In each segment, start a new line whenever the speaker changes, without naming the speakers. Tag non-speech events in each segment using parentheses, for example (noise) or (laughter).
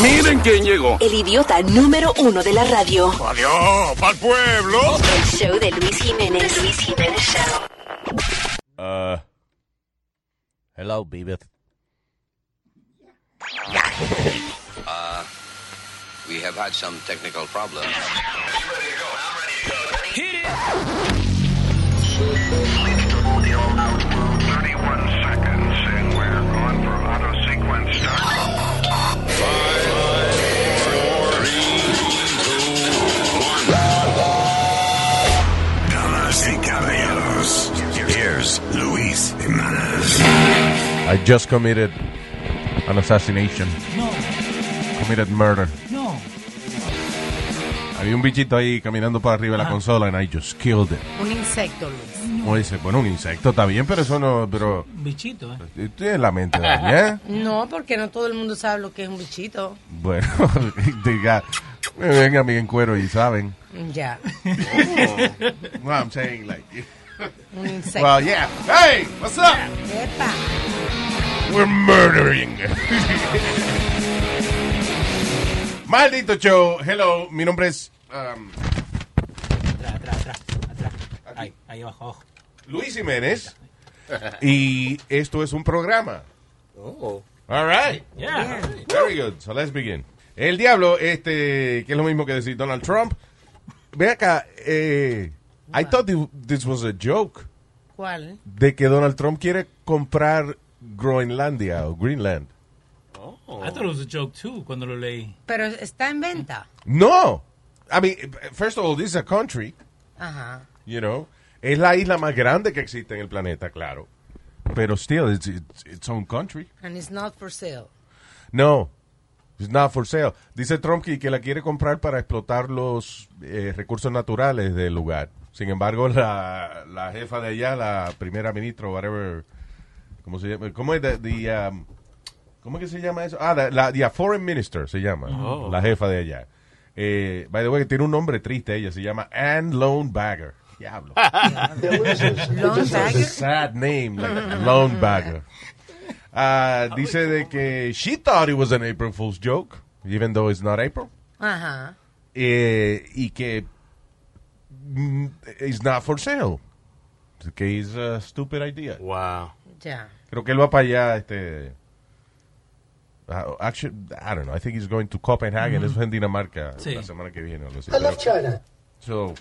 Miren quién llegó.
El idiota número uno de la radio.
Adiós, pa'l pueblo.
El show de Luis Jiménez. Luis Jiménez Show.
Uh, hello, Beavis.
Uh, We have had some technical problems.
Damas y caballeros, here's Luis Jimenez.
I just committed an assassination.
No,
Committed murder.
no.
Había un bichito ahí caminando para arriba de la consola and I just killed it.
Un insecto, Luis.
Como dice, bueno, un insecto está bien, pero eso no, pero
Bichito, ¿eh?
tú tienes la mente ¿eh?
(laughs)
dañada.
No, porque no todo el mundo sabe lo que es un bichito.
Bueno, (laughs) diga, me ven a mí en cuero y saben.
Ya,
No, Oh, I'm saying like,
un insecto.
well, yeah. Hey, what's up?
Epa.
We're murdering. (laughs) Maldito show. Hello, mi nombre es um,
Atrás, atrás, atrás. atrás. Ahí, ahí abajo, abajo.
Luis
(laughs)
Jiménez y esto es un programa. All right.
Yeah.
Very good. So let's begin. El diablo, este, que es lo mismo que decir Donald Trump. Ve acá, eh, I thought thi- this was a joke
¿Cuál?
de que Donald Trump quiere comprar Groenlandia o Greenland. Oh.
I thought it was a joke too cuando lo leí.
Pero está en venta.
No. I mean, first of all, this is a country.
Ajá.
You know, es la isla más grande que existe en el planeta, claro. Pero still, it's it's, its own country.
And it's not for sale.
No, it's not for sale. Dice Trump que, que la quiere comprar para explotar los eh, recursos naturales del lugar. Sin embargo, la, la jefa de allá, la primera ministra, o whatever, ¿cómo se llama? ¿Cómo es? The- the, um, ¿Cómo es que se llama eso? Ah, la, la- the foreign minister se llama, la jefa de allá. Eh, by the way, tiene un nombre triste ella, se llama Anne Lone Bagger. Diablo.
Long Tiger.
sad name, like Lone Bagger. Ah, dice de que she thought it was an April Fool's joke, even though it's not April.
Ajá.
Eh, y que mm, it's not for sale. Que es a stupid idea.
Wow.
Ya.
Creo que él va para allá, este... ah, Actually, I don't know. I think he's going to Copenhagen. Eso es en Dinamarca
Sí.
la semana que viene. o algo así. Pero- So,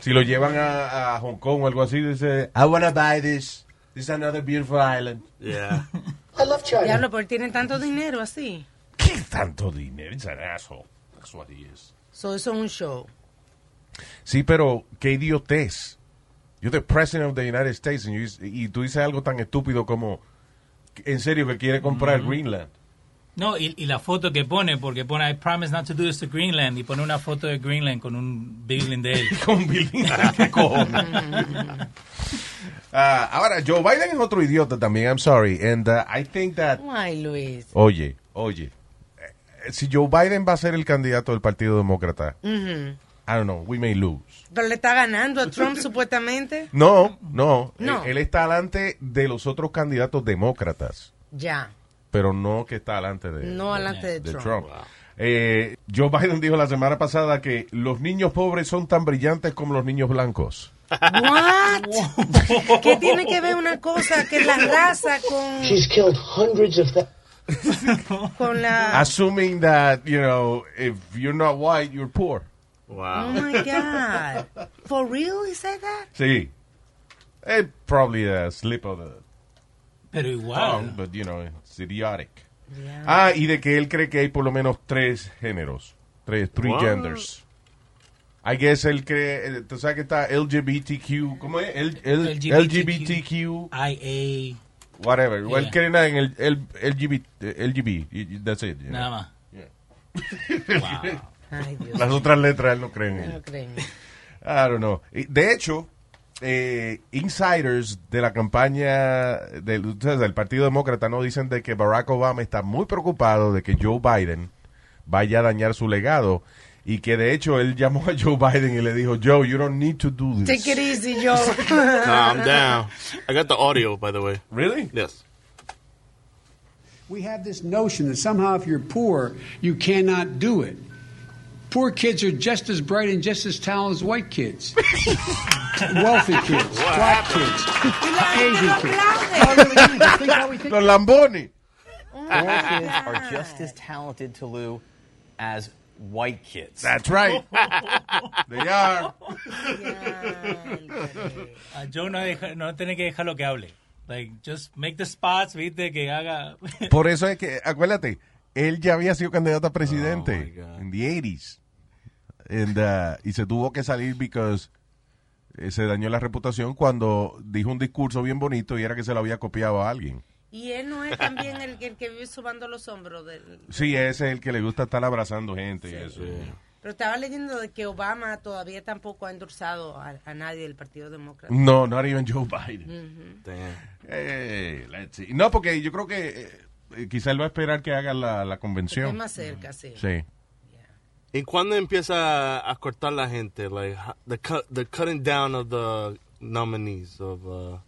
si lo llevan a, a Hong Kong o algo así, dice, I wanna buy this. This is another beautiful island.
Yeah.
Diablo, pero tiene tanto dinero así.
¿Qué tanto dinero? It's an asshole. That's what he is.
So, eso es un show.
Sí, pero qué idiotez. You're the president of the United States and you- y tú dices algo tan estúpido como, en serio, que quiere comprar Greenland.
No, y, y la foto que pone, porque pone I promise not to do this to Greenland, y pone una foto de Greenland con un Biglin de él.
(laughs) Con bilingüe,
(laughs)
qué cojones. Ah, ahora, Joe Biden es otro idiota también. I'm sorry. And uh, I think that
Ay, Luis.
Oye, oye, eh, si Joe Biden va a ser el candidato del Partido Demócrata,
Ujú.
I don't know, we may lose.
Pero le está ganando a
(laughs)
Trump supuestamente.
No, no,
No.
Él, él está delante de los otros candidatos demócratas,
Ya.
pero no que está delante de,
No adelante de
de
Trump.
Trump. Eh, Joe Biden dijo la semana pasada que los niños pobres son tan brillantes como los niños blancos.
What?
(laughs)
¿Qué tiene que ver una cosa que la raza con
killed hundreds of thousands.
con la
Assuming that, you know, if you're not white, you're poor.
Oh
Ah.
Wow.
my god. For real he said that?
Sí. Eh, probably a slip of the
Pero
tongue,
igual.
but, you know, it's idiotic. Ah, y de que él cree que hay por lo menos tres géneros. Tres, three
What?
genders. I guess él cree, eh, tú sabes que está LGBTQ, ¿cómo es? El- el- LGBTQ,
LGBTQ. IA,
whatever. O Él
Yeah.
cree nada en el, el LGBT, eh, LGB, y- y that's it. you
nada
know.
más.
(laughs)
Ay, Dios.
Las otras letras él no cree en
No
ellas.
creen.
I don't know. Y De hecho, eh, insiders de la campaña del, ustedes, del Partido Demócrata no dicen de que Barack Obama está muy preocupado de que Joe Biden vaya a dañar su legado y que de hecho él llamó a Joe Biden y le dijo, Joe, you don't need to do this.
(laughs)
Take it easy, Joe.
Calm down. I got the audio, by the way.
Really?
Yes. We have this notion that somehow if you're poor, you cannot do it. Poor kids are just as bright and just as talented as white kids, wealthy kids, black kids, Asian kids.
aplaude.
Think how we think.
Los Lambones.
Poor kids are just as talented, Lou, as white kids.
(laughs)
That's right. They are.
A Ah, Joe no, deja- no tiene que dejar lo que hable. Like, just make the spots, viste, que haga. (laughs)
Por eso es que, acuérdate, él ya había sido candidato a presidente en the 80s. And, uh, y se tuvo que salir because eh, se dañó la reputación cuando dijo un discurso bien bonito y era que se lo había copiado a alguien.
Y él no es también el, el que vive subando los hombros. Del,
Sí, ese es el que le gusta estar abrazando gente y eso.
pero estaba leyendo de que Obama todavía tampoco ha endorsado a, a nadie del Partido Demócrata.
No, not even Joe Biden. Eh, let's see. No, porque yo creo que eh, eh, quizá él va a esperar que haga la, la
Es
convención.
más cerca, sí.
Sí.
¿Y cuándo empieza a cortar la gente? Like, ho- the, cut, the cutting down of the nominees of... uh,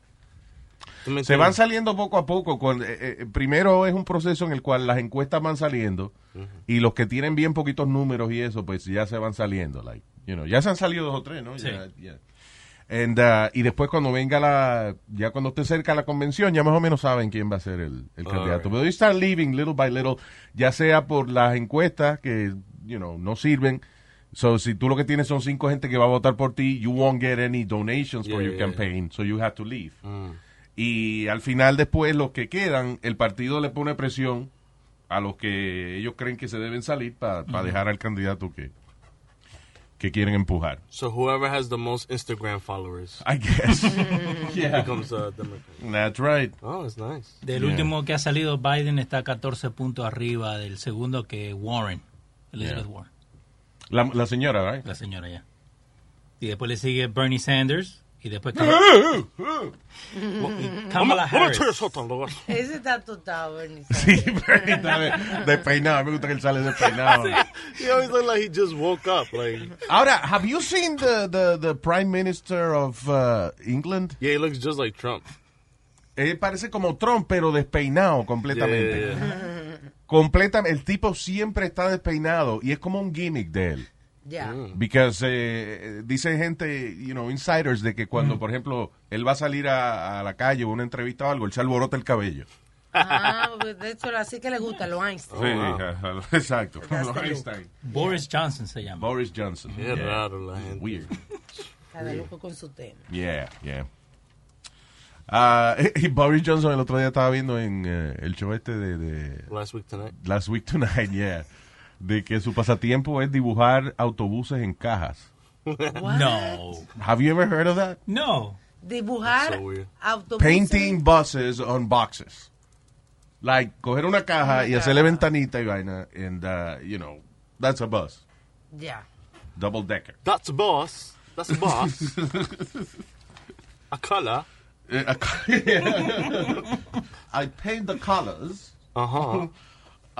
¿tú me
Se van
entiendes?
saliendo poco a poco. Con, eh, eh, primero es un proceso en el cual las encuestas van saliendo y los que tienen bien poquitos números y eso, pues ya se van saliendo. Like, you know, ya se han salido dos o tres, ¿no?
Sí.
Ya- ya. And, uh, y después cuando venga la, ya cuando esté cerca la convención, ya más o menos saben quién va a ser el, el candidato. Pero they start leaving little by little, ya sea por las encuestas que, you know, no sirven. So, si tú lo que tienes son cinco gente que va a votar por ti, you won't get any donations for your
Yeah, yeah, yeah.
campaign, so you have to leave.
Mm.
Y al final, después, los que quedan, el partido le pone presión a los que ellos creen que se deben salir para dejar al candidato que, que quieren empujar.
So whoever has the most Instagram followers
I guess. yeah.
becomes a Democrat.
That's right.
Oh, it's nice.
Del
Yeah.
último que ha salido, Biden está 14 puntos arriba del segundo que Warren, Elizabeth
Yeah.
Warren,
La, la señora, right?
la señora ya. Y después le sigue Bernie Sanders y después Kam- y Kamala
Vamos
Harris.
a hacer eso, Lord.
Ese está total, Bernie.
Sí, pero está de- despeinado. Me gusta que él sale
(laughs)
despeinado.
He always look like he just woke up. Like,
Ahora, have you seen the, the, the Prime Minister of uh, England?
yeah, he looks just like Trump.
Él parece como Trump, pero despeinado
Yeah,
completamente.
yeah, yeah.
Completamente. El tipo siempre está despeinado y es como un gimmick de él.
(laughs) Ya.
Because eh, dice gente, you know, insiders, de que cuando, por ejemplo, él va a salir a, a la calle o una entrevista o algo, él se alborota el cabello.
Ah, pues, de hecho, así que le gusta lo Einstein.
sí, ajá, Oh, (laughs) exacto.
That's the
Einstein.
Boris Johnson se llama.
Boris Johnson.
Qué
Yeah.
raro la gente.
Weird.
Cada loco con su tema.
Yeah, yeah. Ah, (laughs) y Boris Johnson el otro día estaba viendo en eh, el show este de, de
Last week tonight.
Last Week Tonight, (laughs) yeah, de que su pasatiempo es dibujar autobuses en cajas.
No.
Have you ever heard of that?
No.
Dibujar
That's so weird.
autobuses.
painting buses on boxes. Like, coger una caja y hacerle ventanita y vaina. And, uh, you know, that's a bus.
Ya.
Double decker.
That's a boss. That's a boss. a color.
Eh, a (laughs) co- I paint the colors
Uh huh.
(laughs)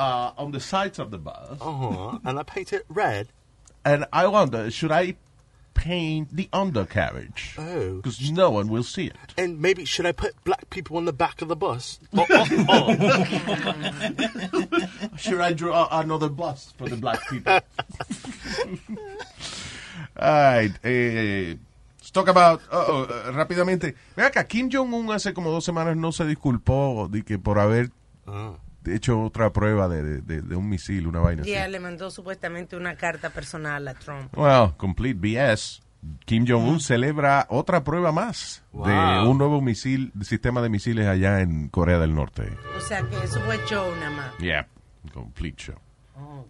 uh, on the sides of the bus.
Uh huh. And I paint it red.
And I wonder, should I paint the undercarriage?
Oh.
Because no one will see it.
And maybe should I put black people on the back of the bus?
(laughs)
Oh, oh, oh.
oh.
(laughs) Should I draw another bus for the black people? Alright, eh, let's talk about. oh, oh, eh, rápidamente. Mira acá, Kim Jong-un hace como dos semanas no se disculpó de que por haber
Ah.
hecho otra prueba de, de- de- de un misil, una vaina
Ya
así.
le mandó supuestamente una carta personal a Trump.
Well, complete BS. Kim Jong-un celebra otra prueba más de
Wow.
un nuevo misil, sistema de misiles allá en Corea del Norte.
O sea que eso fue show nada más.
Yeah, complete show.
Oh, God.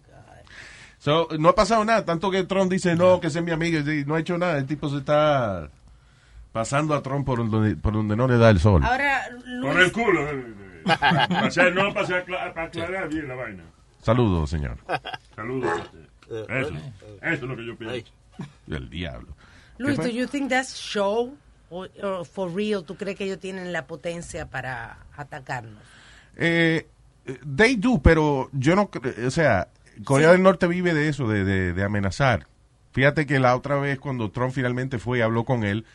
So, no ha pasado nada, tanto que Trump dice, no, que ese es mi amigo, y no ha hecho nada, el tipo se está pasando a Trump por donde, por donde no le da el sol.
Ah.
Ahora,
Con el
Luis,
culo. eh, (laughs) O sea, no, para, ser cla- para aclarar bien la vaina.
Saludos, señor.
Saludos a usted. Eso, eso es lo que yo pienso. Eh,
El diablo.
Luis,
¿Qué
do
fue?
you think that's show? O, or for real, ¿tú crees que ellos tienen la potencia para atacarnos?
Eh, they do, pero yo no, cre- o sea, Corea del Norte vive de eso, de, de- de amenazar. Fíjate que la otra vez cuando Trump finalmente fue y habló con él,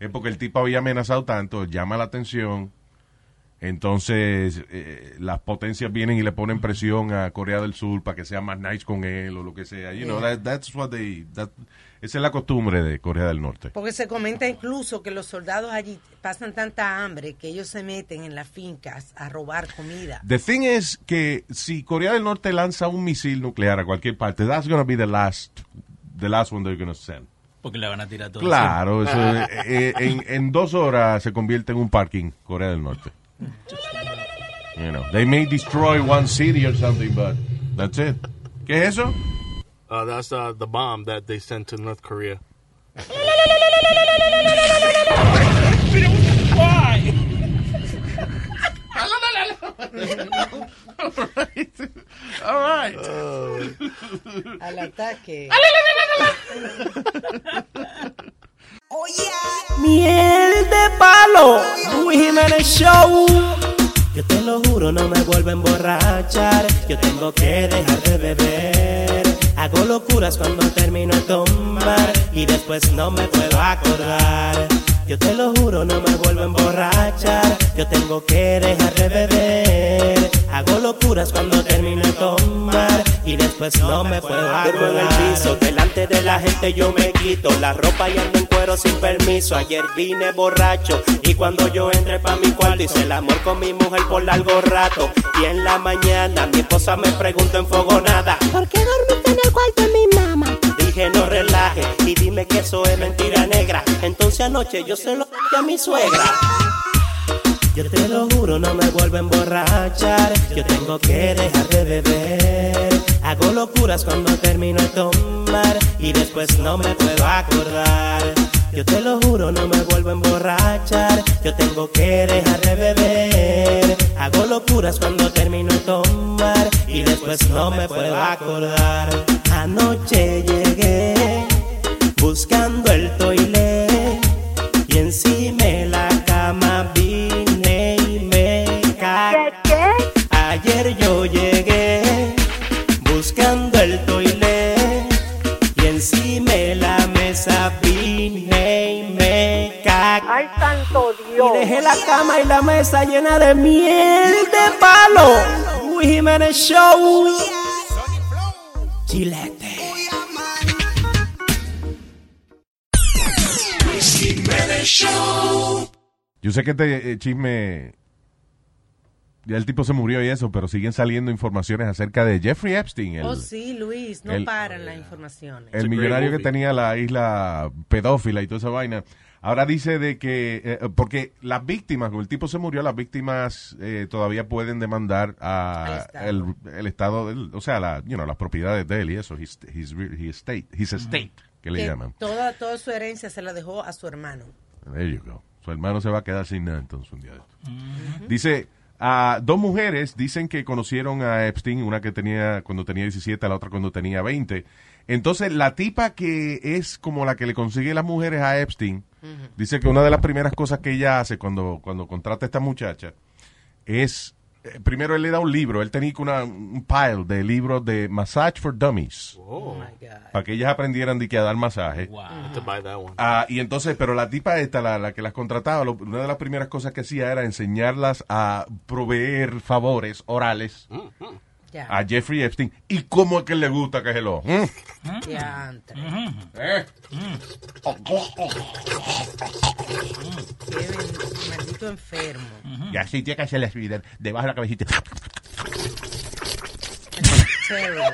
es porque el tipo había amenazado tanto, llama la atención Entonces, eh, las potencias vienen y le ponen presión a Corea del Sur para que sea más nice con él o lo que sea. You know,
Yeah.
that- that's what they- that- esa es la costumbre de Corea del Norte.
Porque se comenta incluso que los soldados allí pasan tanta hambre que ellos se meten en las fincas a robar comida.
The thing is que si Corea del Norte lanza un misil nuclear a cualquier parte, that's going to be the last, the last one they're going to send.
Porque la van a tirar todo.
Claro, eso,
encima.
eh, eh, en, en dos horas se convierte en un parking, Corea del Norte. You know, they may destroy one city or something, but that's it. ¿Qué es eso?
Uh, that's uh, the bomb that they sent to North Korea.
All right.
(laughs)
Al ataque.
Miel de palo, Luis Jiménez Show. Yo te lo juro, no me vuelvo a emborrachar. Yo tengo que dejar de beber. Hago locuras cuando termino de tomar y después no me puedo acordar. Yo te lo juro, no me vuelvo a emborrachar. Yo tengo que dejar de beber. Hago locuras cuando termino de tomar y después no me puedo acordar. en el piso, delante de la gente yo me quito la ropa y ando en cuero sin permiso. Ayer vine borracho y cuando yo entré pa' mi cuarto hice el amor con mi mujer por largo rato. Y en la mañana mi esposa me preguntó enfogonada. ¿Por qué dormiste en el cuarto de mi mamá? Dije no relaje y dime que eso es mentira negra. Entonces anoche yo se lo dije a mi suegra. Yo te lo juro, no me vuelvo a emborrachar. Yo tengo que dejar de beber. Hago locuras cuando termino de tomar y después no me puedo acordar. Yo te lo juro, no me vuelvo a emborrachar. Yo tengo que dejar de beber. Hago locuras cuando termino de tomar y después no me puedo acordar. Anoche llegué buscando el toilet. Y encima de la cama vine y me cagué. Ayer yo llegué buscando el toilet. Y encima de la mesa vine y me cagué. ¡Ay, santo Dios! Y dejé la cama y la mesa llena de miel de palo. Luis Jiménez Show. Chilete.
Yo sé que este eh, chisme. Ya el tipo se murió y eso, pero siguen saliendo informaciones acerca de Jeffrey Epstein, el,
oh, sí, Luis, no
el- Oh,
paran las informaciones.
el millonario que tenía la isla pedófila y toda esa vaina. Ahora dice de que, eh, porque las víctimas, como el tipo se murió, las víctimas eh, todavía pueden demandar a el, el estado, del- o sea, la, you know, las propiedades de él y eso, his, his, re- his estate, his estate, que le
Que
llaman.
Toda, toda su herencia se la dejó a su hermano.
There you go. Su hermano se va a quedar sin nada entonces un día de esto. Dice, ah, dos mujeres dicen que conocieron a Epstein, una que tenía cuando tenía 17, la otra cuando tenía 20. Entonces, la tipa que es como la que le consigue las mujeres a Epstein, dice que una de las primeras cosas que ella hace cuando, cuando contrata a esta muchacha es, eh, primero él le da un libro, él tenía una, un pile de libros de Massage for Dummies,
Oh.
Oh
para que ellas aprendieran de que a dar masaje.
I have to buy that one.
Ah, y entonces, pero la tipa esta, la, la que las contrataba, lo- una de las primeras cosas que hacía era enseñarlas a proveer favores orales
Ya.
a Jeffrey Epstein. Y cómo es que le gusta que se lo... ¿Mm?
Ya, entre.
¿Eh?
Qué ben- maldito enfermo.
Y así tiene que se les olviden debajo de la cabecita.
Terrible.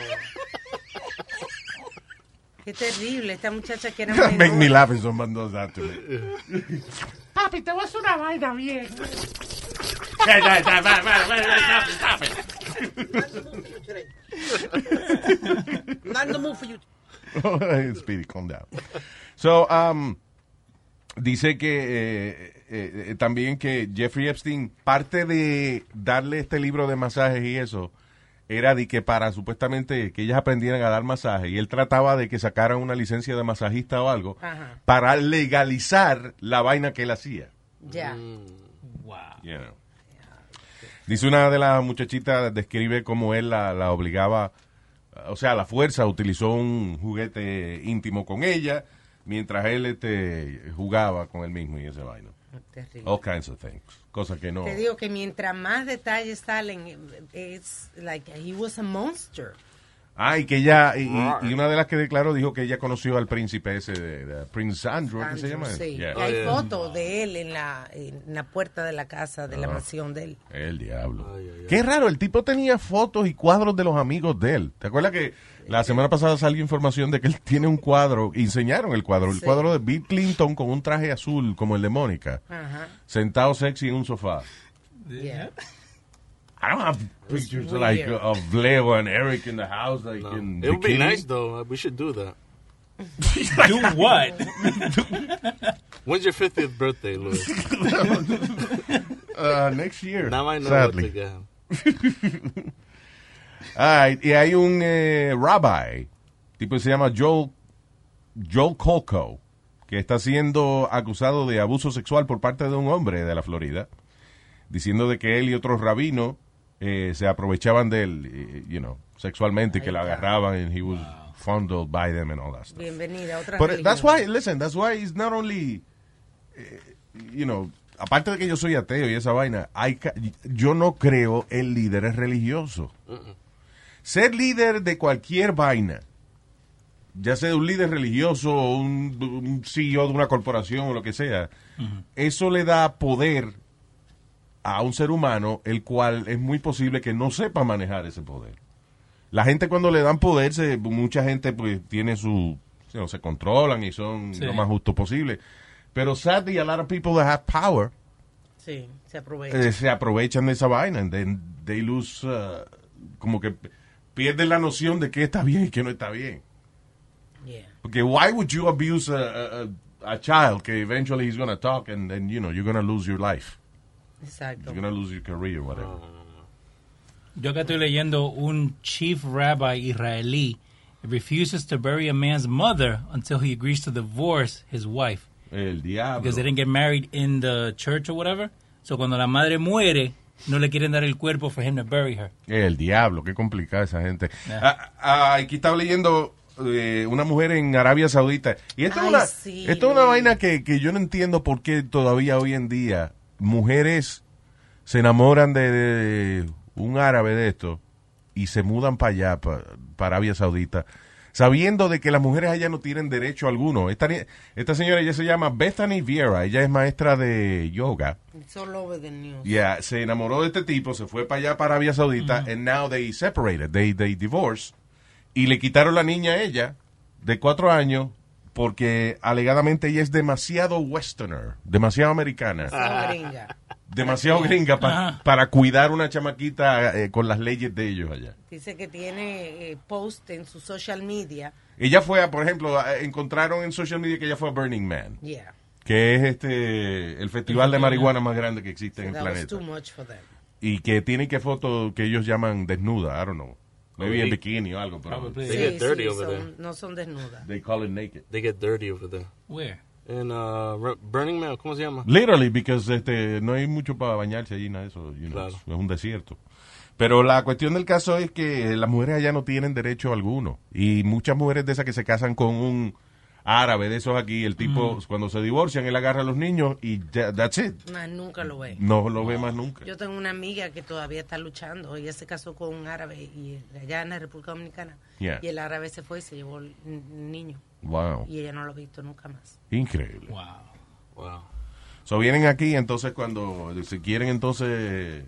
Qué terrible, esta muchacha
(laughs)
que era
Make me
menor.
laugh if someone does that to me.
Papi, te voy a hacer una vaina bien.
Not in the mood for you.
(laughs) Speedy, calm down. So, um, dice que eh, eh, eh, también que Jeffrey Epstein, parte de darle este libro de masajes y eso, era de que para supuestamente que ellas aprendieran a dar masaje y él trataba de que sacaran una licencia de masajista o algo
Ajá.
para legalizar la vaina que él hacía.
Ya.
You know. Dice una de las muchachitas, describe cómo él la, la obligaba, o sea, la fuerza, utilizó un juguete íntimo con ella mientras él este, jugaba con él mismo y ese vaino.
Ah, Terrible.
All kinds of things. Cosas que no.
Te digo que mientras más detalles salen, it's like he was a monster.
Ah, y que ella, y, y- y una de las que declaró dijo que ella conoció al príncipe ese, de, de- Prince Andrew, ¿qué se llama?
Sí.
Oh, Yeah.
Y hay fotos de él en la, en la puerta de la casa, de la
Ah.
mansión de él.
El diablo. Qué raro, el tipo tenía fotos y cuadros de los amigos de él. ¿Te acuerdas que la semana pasada salió información de que él (laughs) tiene un cuadro, y enseñaron el cuadro, el
Sí.
cuadro de Bill Clinton con un traje azul como el de Mónica,
Ajá.
sentado sexy en un sofá? I don't have pictures
Pues,
weird.
like of Leo and Eric in the house like in
It would be
bikini.
nice though. Uh, We should do that.
(laughs) do what?
(laughs) When's your 50th birthday, Louis?
(laughs) Uh, next year.
Now I know
sadly.
what to get him.
All right, Ah, y hay un eh, rabbi, tipo que se llama Joel, Joel Colco, que está siendo acusado de abuso sexual por parte de un hombre de la Florida, diciendo de que él y otros rabinos eh, se aprovechaban de él, eh, you know, sexualmente, que lo agarraban and he was fondled by them and all that stuff.
Bienvenida a otra
But that's
religión.
why, listen, that's why it's not only, eh, you know, aparte de que yo soy ateo y esa vaina, hay ca- yo no creo en líderes religiosos. Ser líder de cualquier vaina, ya sea un líder religioso o un, un CEO de una corporación o lo que sea, eso le da poder a un ser humano el cual es muy posible que no sepa manejar ese poder. La gente cuando le dan poder, se- mucha gente pues tiene su, you know, se controlan y son
Sí.
lo más justo posible. Pero sadly, a lot of people that have power
Sí, se aprovecha.
eh, se aprovechan de esa vaina. and then they lose, uh, como que pierden la noción de qué está bien y qué no está bien.
Yeah.
Porque why would you abuse a, a- a- a child que eventually he's gonna talk and then, you know, you're gonna lose your life.
Exacto.
You're gonna lose your career, whatever.
Yo acá estoy leyendo un chief rabbi israelí refuses to bury a man's mother until he agrees to divorce his wife.
El diablo.
Because they didn't get married in the church or whatever. So cuando la madre muere, no le quieren dar el cuerpo for him to bury her.
El diablo, qué complicada esa gente.
Yeah.
Ah, ah, aquí estaba leyendo eh, una mujer en Arabia Saudita. Y esto es
Ay,
una,
sí.
esto es una vaina que, que yo no entiendo por qué todavía hoy en día mujeres se enamoran de, de un árabe de esto y se mudan para allá, para Arabia Saudita, sabiendo de que las mujeres allá no tienen derecho alguno. Esta, ni- esta señora, ella se llama Bethany Viera, ella es maestra de yoga.
It's all over the news.
Yeah, se enamoró de este tipo, se fue para allá, para Arabia Saudita, and now they separated, they, they divorced, y le quitaron la niña a ella, de cuatro años, porque alegadamente ella es demasiado westerner, demasiado americana,
Son gringa.
demasiado gringa pa- para cuidar una chamaquita eh, con las leyes de ellos allá.
Dice que tiene eh, post en su social media.
Ella fue, a, por ejemplo, a- encontraron en social media que ella fue a Burning Man,
Yeah.
que es este el festival de marihuana más grande que existe en el
That was
planeta.
too much for them.
y que tienen que foto que ellos llaman desnuda, I don't know. Maybe en
Probably.
bikini o algo, pero
Probably. They get dirty over
son- no son
(laughs)
desnudas.
they call it naked.
They get dirty over there.
Where?
In uh, Re- Burning Man, ¿cómo se llama?
Literally, because este, no hay mucho para bañarse allí, nada de eso, you know,
Claro.
es un desierto. Pero la cuestión del caso es que las mujeres allá no tienen derecho alguno. Y muchas mujeres de esas que se casan con un árabe de esos aquí, el tipo, cuando se divorcian, él agarra a los niños y ya- that's it.
Más nunca lo ve.
No lo ve más nunca.
Yo tengo una amiga que todavía está luchando. Ella se casó con un árabe y allá en la República Dominicana.
Yeah.
Y el árabe se fue y se llevó el n- niño.
Wow.
Y ella no lo ha visto nunca más.
Increíble.
Wow.
Wow.
So vienen aquí, entonces cuando se quieren entonces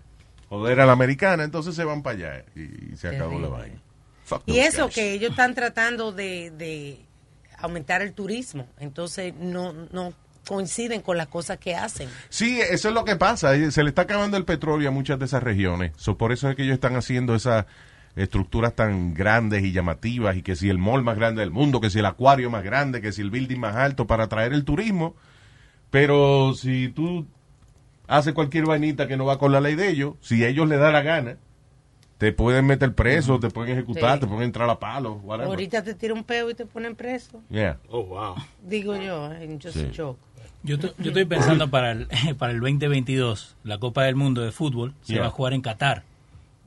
joder a la americana, entonces se van para allá y, y se acabó la vaina. Fuck
Y
those
eso
guys.
que ellos están tratando de, de aumentar el turismo. Entonces no, no coinciden con las cosas que hacen.
Sí, eso es lo que pasa. eh, Se le está acabando el petróleo a muchas de esas regiones. So, por eso es que ellos están haciendo esas estructuras tan grandes y llamativas y que si el mall más grande del mundo, que si el acuario más grande, que si el building más alto para atraer el turismo. Pero si tú haces cualquier vainita que no va con la ley de ellos, si a ellos les da la gana, te pueden meter preso, te pueden ejecutar,
Sí.
te pueden entrar a palo, whatever.
Ahorita te tira un peo y te ponen preso.
Yeah.
Oh, wow.
Digo yo, en Just
Sí.
a Joke.
Yo, to- yo estoy pensando para el, (laughs) para el 2022, la Copa del Mundo de fútbol se
Yeah.
va a jugar en Qatar.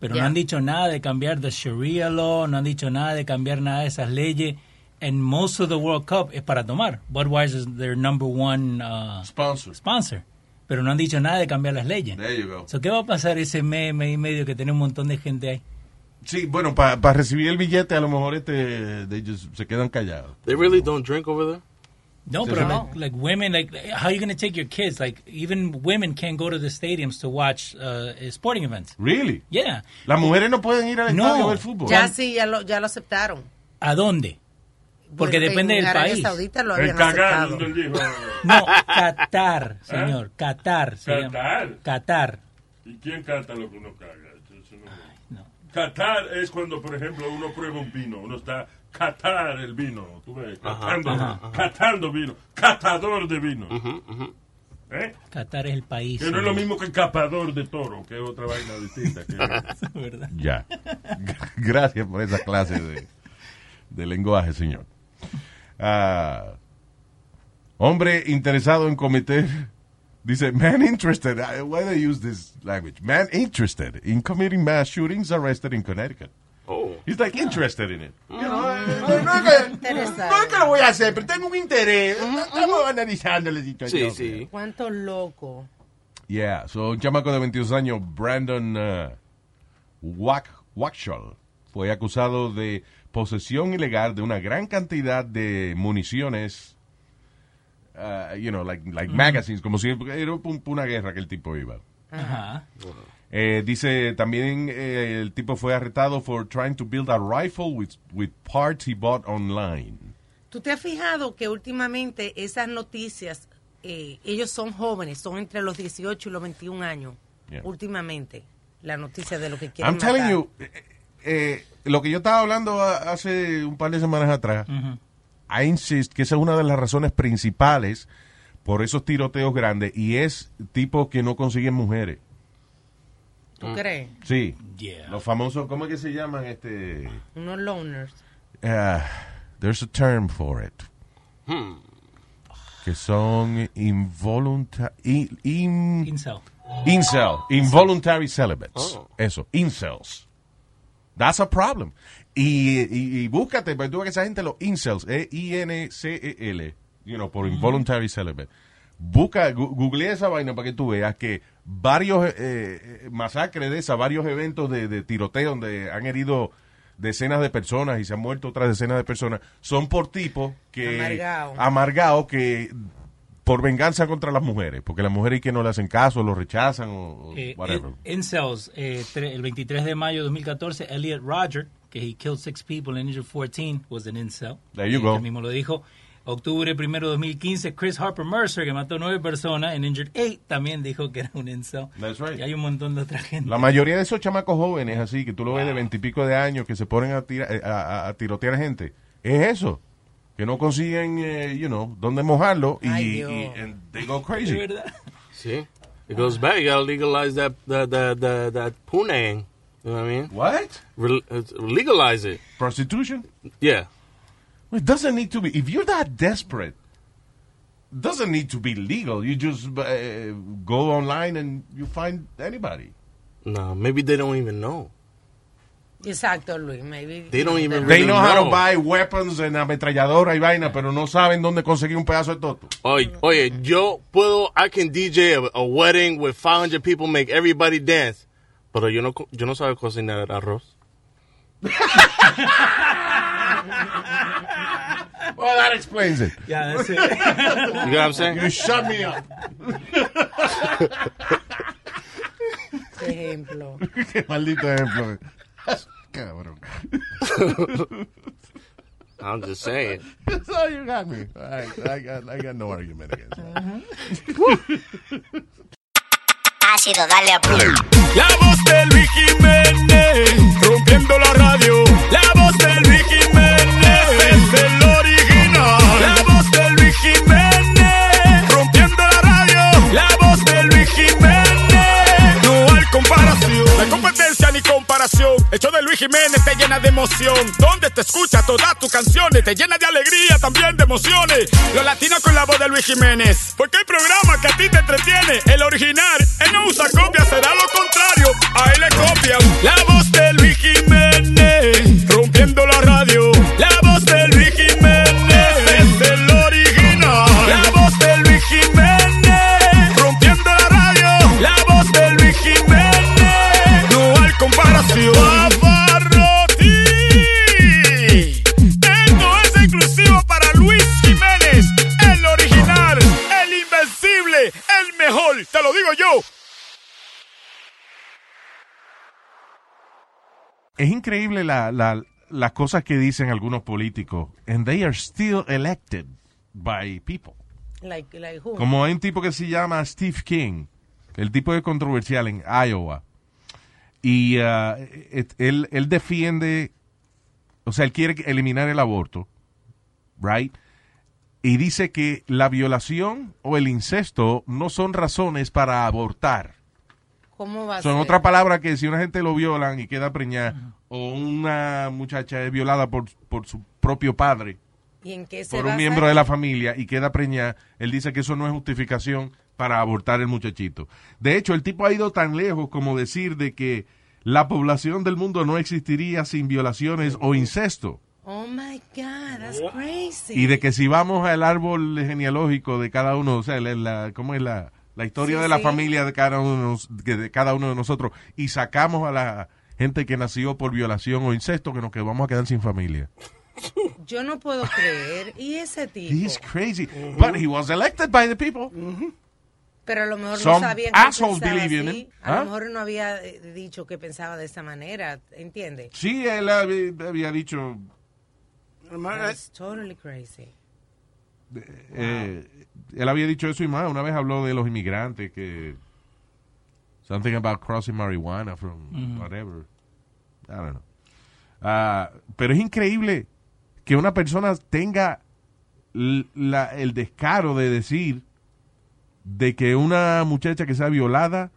Pero
Yeah.
no han dicho nada de cambiar the Sharia law, no han dicho nada de cambiar nada de esas leyes. And most of the World Cup es para tomar. Budweiser is their number one uh,
sponsor.
sponsor. pero no han dicho nada de cambiar las leyes.
There you go.
So, ¿Qué va a pasar ese mes, mes y medio que tiene un montón de gente ahí?
Sí, bueno, para pa recibir el billete a lo mejor este, de ellos se quedan callados.
They really don't drink over there?
No,
Sí,
but
sí.
like, like women, like how you going to take your kids? Like even women can't go to the stadiums to watch uh, sporting events.
Really?
Yeah.
Las mujeres no pueden ir al
No.
estadio a ver fútbol.
Ya sí, ya lo, ya lo aceptaron.
¿A dónde? Porque
Bueno, en
depende del
Arabia
país.
Saudita lo habían El cagado, aceptado. él dijo.
No, Qatar, señor. Qatar. se llama.
¿Ah? ¿Qatar?
Qatar.
¿Y quién canta lo que uno caga? Eso no- Catar es cuando, por ejemplo, uno prueba un vino. Uno está catar el vino. Tú ves,
Ajá,
catando,
ajá, ajá.
catando vino. Catador de vino. ¿Eh?
Qatar es el país.
Que no es lo
señor.
mismo que encapador de toro, que es otra vaina distinta.
(laughs) Es verdad.
Ya. (laughs) Gra- Gracias por esa clase de, de lenguaje, señor. Ah, hombre interesado en cometer. Dice, man interested. I- Why they use this language? Man interested in committing mass shootings arrested in Connecticut.
Oh.
He's like interested in it. You know,
(laughs) No, no, es que- no es que lo voy a hacer, pero tengo un interés.
Mm-hmm.
Estamos analizando la situación.
¿Cuánto loco?
Yeah, so un chamaco de 22 años, Brandon uh, Wack- Wackshall, fue acusado de posesión ilegal de una gran cantidad de municiones, uh, you know, like, like magazines, como si era un- una guerra que el tipo iba.
Ajá.
Eh, dice también eh, el tipo fue arrestado for trying to build a rifle with, with parts he bought online.
¿Tú te has fijado que últimamente esas noticias, eh, ellos son jóvenes, son entre los 18 y los 21 años?
Yeah.
Últimamente, la noticia de lo que quieren
I'm telling
matar.
you, eh, eh, lo que yo estaba hablando a- hace un par de semanas atrás, I insist que esa es una de las razones principales por esos tiroteos grandes y es tipos que no consiguen mujeres. mm.
¿Tú crees?
Sí. Los famosos, ¿cómo es que se llaman? Este,
Unos loners.
ah, there's a
(laughs)
term for it. Hmm. Que son involuntary...
Incel.
Incel, involuntary celibates.
Oh.
Eso, incels. That's a problem. Y, y, y búscate, pero tú ves que esa gente, los incels, E E-I-N-C-E-L, E you know, por involuntary celibate. Busca, gu- googlea esa vaina para que tú veas que varios eh, eh, masacres de esas, varios eventos de, de tiroteo donde han herido decenas de personas y se han muerto otras decenas de personas, son por tipos que...
Amargao.
amargao que por venganza contra las mujeres, porque las mujeres que no le hacen caso, lo rechazan o, o
Eh,
whatever.
in- incels, eh, tre- el 23 de mayo de 2014, Elliot Roger, que he killed six people and injured 14, was an incel.
There you
Eh,
go.
él mismo lo dijo. Octubre primero de 2015, Chris Harper Mercer, que mató nueve personas and injured eight, también dijo que era un incel. Y hay un montón de otra gente.
La mayoría de esos chamacos jóvenes, así que tú lo ves de veintipico de años, que se ponen a, tira- eh, a- a- a tirotear gente, es eso. Que no consiguen, eh, you know, dónde mojarlo y, y- and they go crazy.
De verdad. See? It goes back. You gotta legalize that, that, that, that, that punang. You know what I mean?
What?
Re- uh, legalize it.
Prostitution?
Yeah.
It doesn't need to be. If you're that desperate, it doesn't need to be legal. You just eh, go online and you find anybody.
No, maybe they don't even know.
Exacto, Luis. Maybe,
They don't even
They
really
know how to
know.
buy weapons and ametralladora y vaina, pero no saben dónde conseguir un pedazo de toto.
Oye, oye, yo puedo, I can DJ a, a wedding with 500 people, make everybody dance. Pero yo no, co- yo no sabe cocinar arroz.
Well, that explains it.
Yeah, that's
you
(laughs)
it.
know what I'm saying?
You shut me up.
Por ejemplo.
Qué (laughs) maldito ejemplo. Cabrón.
I'm just saying.
That's all you got me. All right, I got, I got no argument against that.
Uh-huh.
Ha sido darle a play.
La voz de Luis Jiménez, rompiendo la radio. La voz de Luis Jiménez, es el original. La voz de Luis Jiménez, rompiendo la radio. La voz de Luis Jiménez, no hay comparación.
No hay competencia ni comparación. El show de Luis Jiménez te llena de emoción. Donde te escucha todas tus canciones, te llena de alegría, también de emociones. Los latinos con la voz de Luis Jiménez. Porque el programa que a ti te entretiene, el original, él no usa copia, será lo contrario. A él le copian.
La voz de Luis Jiménez, rompiendo la radio. La voz de Luis Jiménez, es el original. La voz de Luis Jiménez, rompiendo la
es increíble la, la- las cosas que dicen algunos políticos. And they are still elected by people.
Like, like who?
Como hay un tipo que se llama Steve King, el tipo es controversial en Iowa. Y ah, et- él, él defiende, o sea, él quiere eliminar el aborto, right? Y dice que la violación o el incesto no son razones para abortar.
¿Cómo va a
Son
ser?
otras palabras que si una gente lo violan y queda preñada, o una muchacha es violada por, por su propio padre,
¿Y en qué se
por
basa?
un miembro de la familia y queda preñada, él dice que eso no es justificación para abortar el muchachito. De hecho, el tipo ha ido tan lejos como decir de que la población del mundo no existiría sin violaciones o incesto.
Oh my God, that's crazy.
Y de que si vamos al árbol genealógico de cada uno, o sea, la, la- ¿cómo es la, la historia
Sí,
de la
sí.
familia de cada, uno, de nos- que de cada uno de nosotros y sacamos a la gente que nació por violación o incesto, que nos que vamos a quedar sin familia?
(laughs) Yo no puedo creer. ¿Y ese tipo?
He's crazy. But he was elected by the people.
Pero a lo mejor
Some
no sabían que
assholes
pensaba
believe in
así.
him.
A
¿Ah?
lo mejor no había eh, dicho que pensaba de esa manera, ¿entiendes?
Sí, él hab- había dicho
That's totally crazy.
Eh, él había dicho eso y más. Una vez habló de los inmigrantes que. Something about crossing marijuana from
Ujú.
whatever. I don't know. Ah, pero es increíble que una persona tenga l- la- el descaro de decir de que una muchacha que sea violada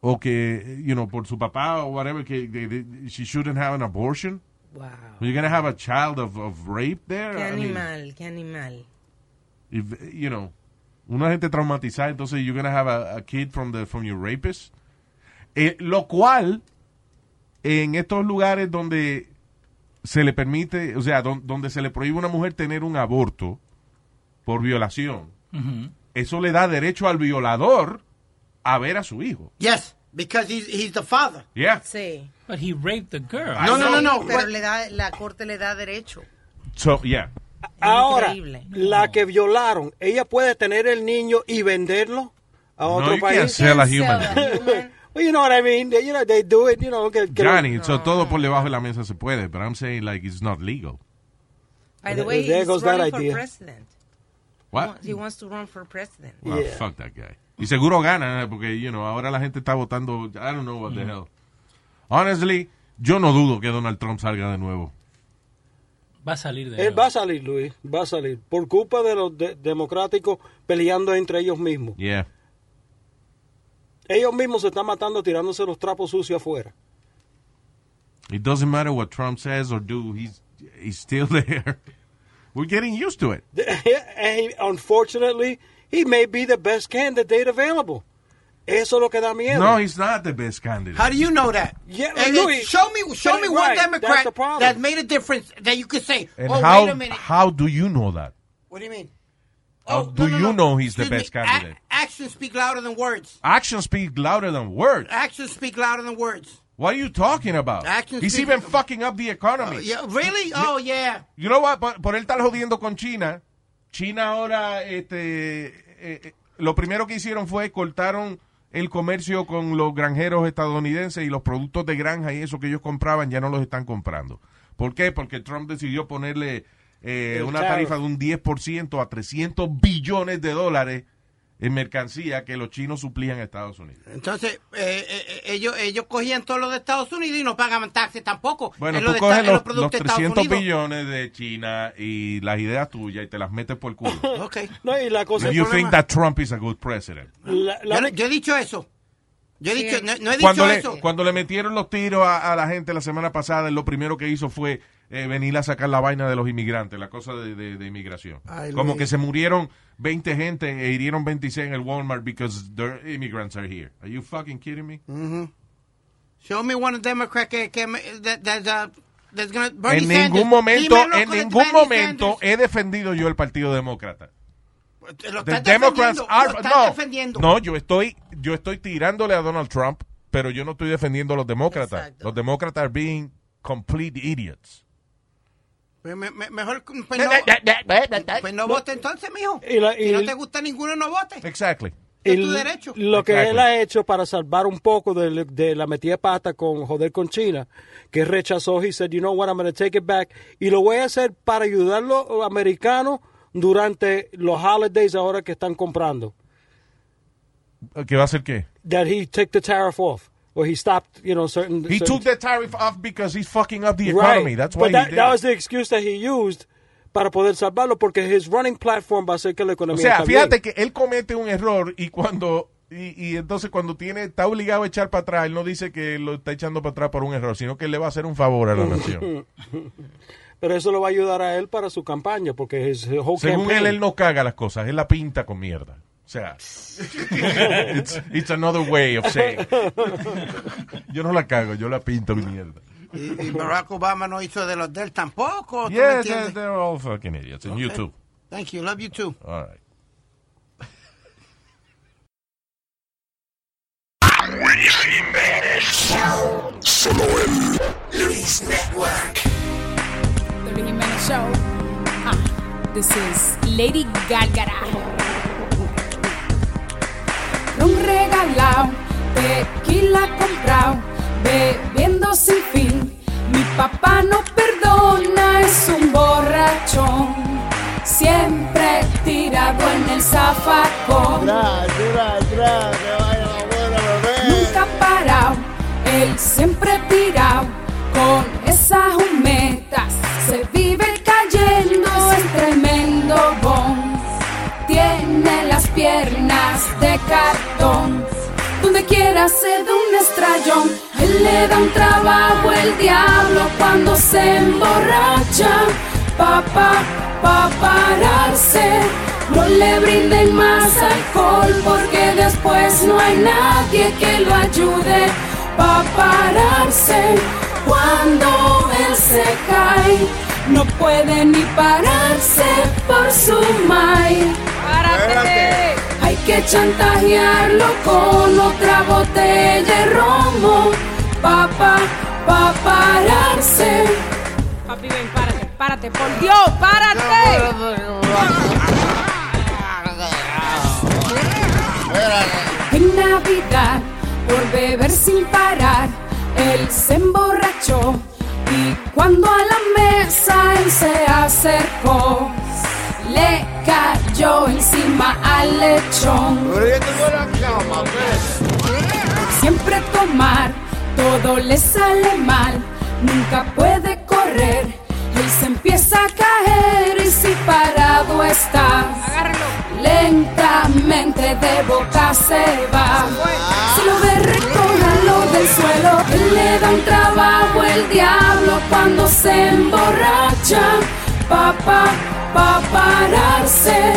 o que, you know, por su papá o whatever, que que- que she shouldn't have an abortion.
Wow.
You're gonna have a child of, of rape there?
Qué
I mean,
animal, qué animal.
if, you know, una gente traumatizada, entonces you're gonna have a, a kid from the from your rapist. Eh, lo cual, en estos lugares donde se le permite, o sea, don- donde se le prohíbe a una mujer tener un aborto por violación,
Ujú.
eso le da derecho al violador a ver a su hijo.
Yes, because he's, he's the father.
Yeah.
Sí.
But he raped the girl.
No, no, no, no.
Pero le da, la corte le da derecho.
So, yeah.
Ahora,
Increíble.
la que violaron, ¿ella puede tener el niño y venderlo a otro
you
país?
can't sell a human being.
(laughs) well, you know what I mean. They, you know, they do it, you know. Que, que
Johnny, so todo por debajo de la mesa se puede, pero I'm saying like it's not legal.
By the way,
There
he's
goes that
running for
idea.
president.
What?
He wants- He wants to run for president.
Well, fuck that guy. Y seguro gana, ¿eh? porque, you know, ahora la gente está votando. I don't know what
Mm.
the hell. Honestly, yo no dudo que Donald Trump salga de nuevo.
Va a salir de
Él va a salir, Luis, va a salir. Por culpa de los de- democráticos peleando entre ellos mismos.
Yeah.
Ellos mismos se están matando tirándose los trapos sucios afuera. (laughs)
It doesn't matter what Trump says or do, he's, he's still (laughs) there. We're getting used to it.
And he- unfortunately, he may be the best candidate available. Eso es lo que da miedo.
No, he's not the best candidate.
How do you know that?
Yeah,
Hey,
Luis,
show me, show
that's
me
right.
one
That's
Democrat
the problem.
that made a difference that you could say,
And
"Oh,
how,
wait a minute." Oh,
how do you know that?
What do you mean?
How do you know he's the
Excuse
best
me, a-
candidate?
actions speak louder than words.
Actions speak louder than words.
Actions speak louder than words.
What are you talking about?
Actions
he's
speak- Uh,
even fucking up the economy.
Yeah, really? Oh, yeah.
You know what? Por, por él estar jodiendo con China, China ahora, este, eh, eh, lo primero que hicieron fue cortaron el comercio con los granjeros estadounidenses y los productos de granja y eso que ellos compraban ya no los están comprando. ¿Por qué? Porque Trump decidió ponerle eh,
El
una
tariff.
tarifa de un 10% a 300 billones de dólares en mercancía que los chinos suplían a Estados Unidos.
Entonces, eh, eh, ellos, ellos cogían todo lo de Estados Unidos y no pagaban taxes tampoco.
Bueno,
Es lo
tú
de
coges
esta- es
los, los
productos de Estados
300
Unidos.
billones de China y las ideas tuyas y te las metes por el culo.
Okay.
No, y (laughs) la cosa
Do
es
you
problema-
think that Trump is a good president?
yo, no- yo he dicho eso. Yo he dicho, no, no he
Cuando
dicho
le,
eso.
cuando le metieron los tiros a, a la gente la semana pasada, lo primero que hizo fue eh, venir a sacar la vaina de los inmigrantes, la cosa de, de- de inmigración.
Ay, Luis.
Como que se murieron 20 gente e hirieron 26 en el Walmart because their immigrants are here. Are you fucking kidding me?
Show me one Democrat que, que me- that, that, that- that's gonna- Bernie
en
Sanders.
ningún momento,
Dímelo
en
con el
ningún
Bernie
momento he defendido yo el Partido Demócrata.
Sanders. Lo
The
estás
Democrats
defendiendo,
are-
lo estás defendiendo.
no, no, yo estoy, yo estoy tirándole a Donald Trump, pero yo no estoy defendiendo a los demócratas. Los demócratas are being complete idiots.
Me- me- me-
(laughs)
mejor pues no, pues no vote entonces, mijo.
Y la- y
si no
el-
te gusta ninguno, no vote.
Exactly.
Es
Y
tu derecho.
Lo que
Exactly.
él ha hecho para salvar un poco de, de la metida de pata con joder con China, que rechazó, he said, you know what, I'm going to take it back. Y lo voy a hacer para ayudar a los americanos durante los holidays ahora que están comprando.
¿Qué va a hacer qué?
That he took the tariff off. Or he stopped, you know, certain...
He
certain-
took the tariff off because he's fucking up the economy. That's why
But that,
he did
that
it.
was the excuse that he used para poder salvarlo porque his running platform va a ser que la
O
economía
sea,
está
fíjate
bien.
que él comete un error y cuando y, y entonces cuando tiene está obligado a echar para atrás, él no dice que lo está echando para atrás por un error, sino que él le va a hacer un favor a la nación.
(laughs) Pero eso lo va a ayudar a él para su campaña porque his whole
Según
campaign-
él, él no caga las cosas, él la pinta con mierda. O sea, it's, it's another way of saying. Yo no la cago, yo la pinto con mierda.
Y, y Barack Obama no hizo de los del tampoco. ¿tú me
Yeah, they're,
entiendes?
they're all fucking idiots. And you too.
Thank you. Love you too.
All right.
Luis Jiménez Show. Solo en Luis Network.
The Ricky Manning Show. Ah, this is Lady Galgara. Ron regalado, tequila comprado, bebiendo sin fin. Mi papá no perdona, es un borrachón. Siempre tirado en el zafacón. Nunca parado, él siempre tirado. Con esas humetas se vive cayendo, es tremendo bon. Tiene las piernas de cartón, donde quiera se da un estrellón. Él le da un trabajo el diablo cuando se emborracha. Papá, pa pararse, no le brinden más alcohol porque después no hay nadie que lo ayude. Pa pararse, cuando él se cae, no puede ni pararse por su mal. ¡Párate! Hay que chantajearlo con otra botella de romo. Papá, pa pararse. Papi, ven, párate, párate, por Dios, párate. En Navidad, por beber sin parar, él se emborrachó. Y cuando a la mesa él se acercó, le cayó encima al lechón. Siempre tomar, todo le sale mal, nunca puede correr. Él se empieza a caer y si parado está, lentamente de boca se va. Si lo ve, recójanlo del suelo. Él le da un trabajo el diablo cuando se emborracha. Papá, pa pararse.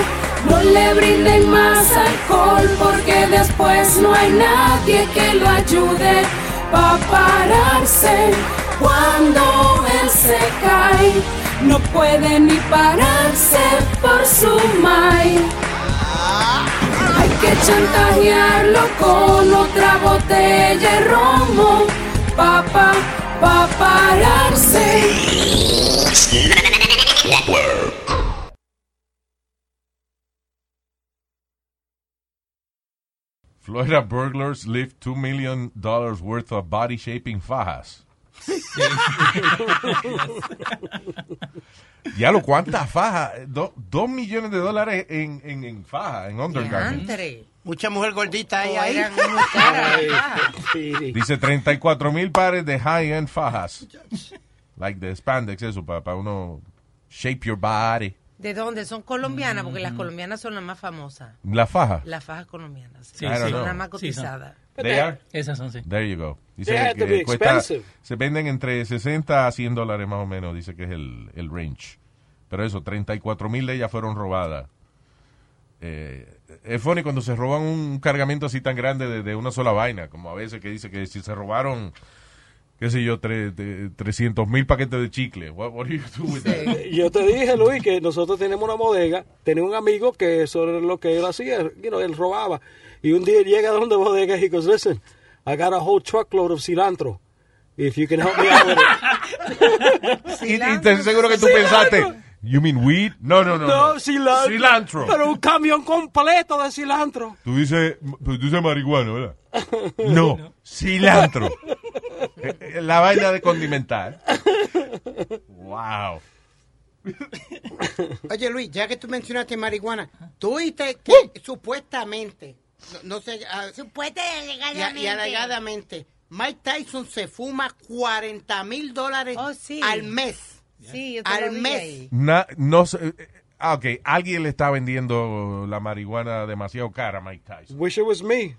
No le brinden más alcohol porque después no hay nadie que lo ayude pa pararse. Cuando él se cae, no puede ni pararse por su mal. Hay que chantajearlo con otra botella de romo, papá, pa pararse.
Network.
Florida burglars lift $2 million worth of body shaping fajas. Ya lo cuántas fajas. Do- dos millones de dólares en, en, en fajas, en undergarments.
Mucha mujer gordita ahí.
Oh,
ahí.
eran muy caras.
Dice 34 mil pares de high-end fajas. Like de spandex, eso, para uno shape your body.
¿De dónde? Son colombianas, porque
Mm.
las colombianas son las más famosas.
¿La faja?
Las fajas colombianas.
Sí,
Sí,
I don't
son
know.
las más
Sí, son.
cotizadas.
They are?
Esas son, sí.
There you go.
They had to be expensive.
se venden entre 60 a 100 dólares más o menos, dice que es el, el range. Pero eso, 34 mil de ellas fueron robadas. Eh, es funny cuando se roban un cargamento así tan grande de, de una sola vaina, como a veces que dice que si se robaron, qué sé yo, tre- de- 300 mil paquetes de chicle. What, what do you do with that?
(laughs) Yo te dije, Luis, que nosotros tenemos una bodega. Tenía un amigo que eso era lo que él hacía. You know, él robaba. Y un día llega donde bodega y goes, listen, I got a whole truckload of cilantro. If you can help me out with it.
Y, y te seguro que tú pensaste, You mean weed?
No, no, no.
No, cilantro.
Cilantro.
Pero un camión completo de cilantro.
Tú dices, tú dices marihuana, ¿verdad? No,
(laughs)
cilantro. (laughs) La vaina de condimentar. Wow.
Oye, Luis, ya que tú mencionaste marihuana, tú dijiste
¡Uh!
que supuestamente, no, no sé, ah,
Supuestamente y
y, a-
alegadamente.
y alegadamente, Mike Tyson se fuma 40 mil dólares al mes.
Oh, Sí, yo te lo
al
vi
mes.
ahí.
Na- no sé. eh, Ah, ok. Alguien le está vendiendo la marihuana demasiado cara a Mike Tyson.
Wish it was me.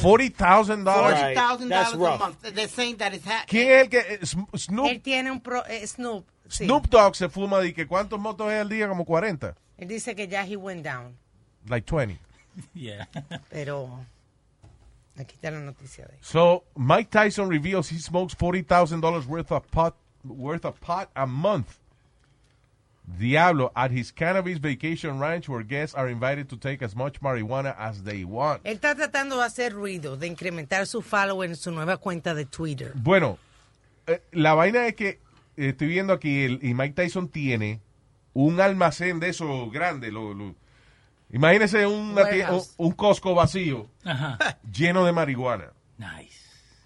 $40,000.
$40,000 a month.
They're saying that
(laughs)
it's ha-
¿Quién es el que. eh, Sm- Snoop,
Él tiene un pro, eh, Snoop. sí.
Snoop Dogg se fuma de que cuántos motos es al día? Como 40.
Él dice que ya he went down.
Like 20.
Pero aquí está la noticia de él.
So, Mike Tyson reveals he smokes $40,000 worth of pot worth of pot a month. Diablo at his cannabis vacation ranch where guests are invited to take as much marijuana as they want.
Él está tratando de hacer ruido, de incrementar su followers en su nueva cuenta de Twitter.
Bueno, eh, la vaina es que eh, estoy viendo aquí el- y Mike Tyson tiene un almacén de esos grandes. Lo, lo- imagínese una tie- un,
Warehouse.
un Costco vacío
Ajá.
lleno de marihuana.
Nice.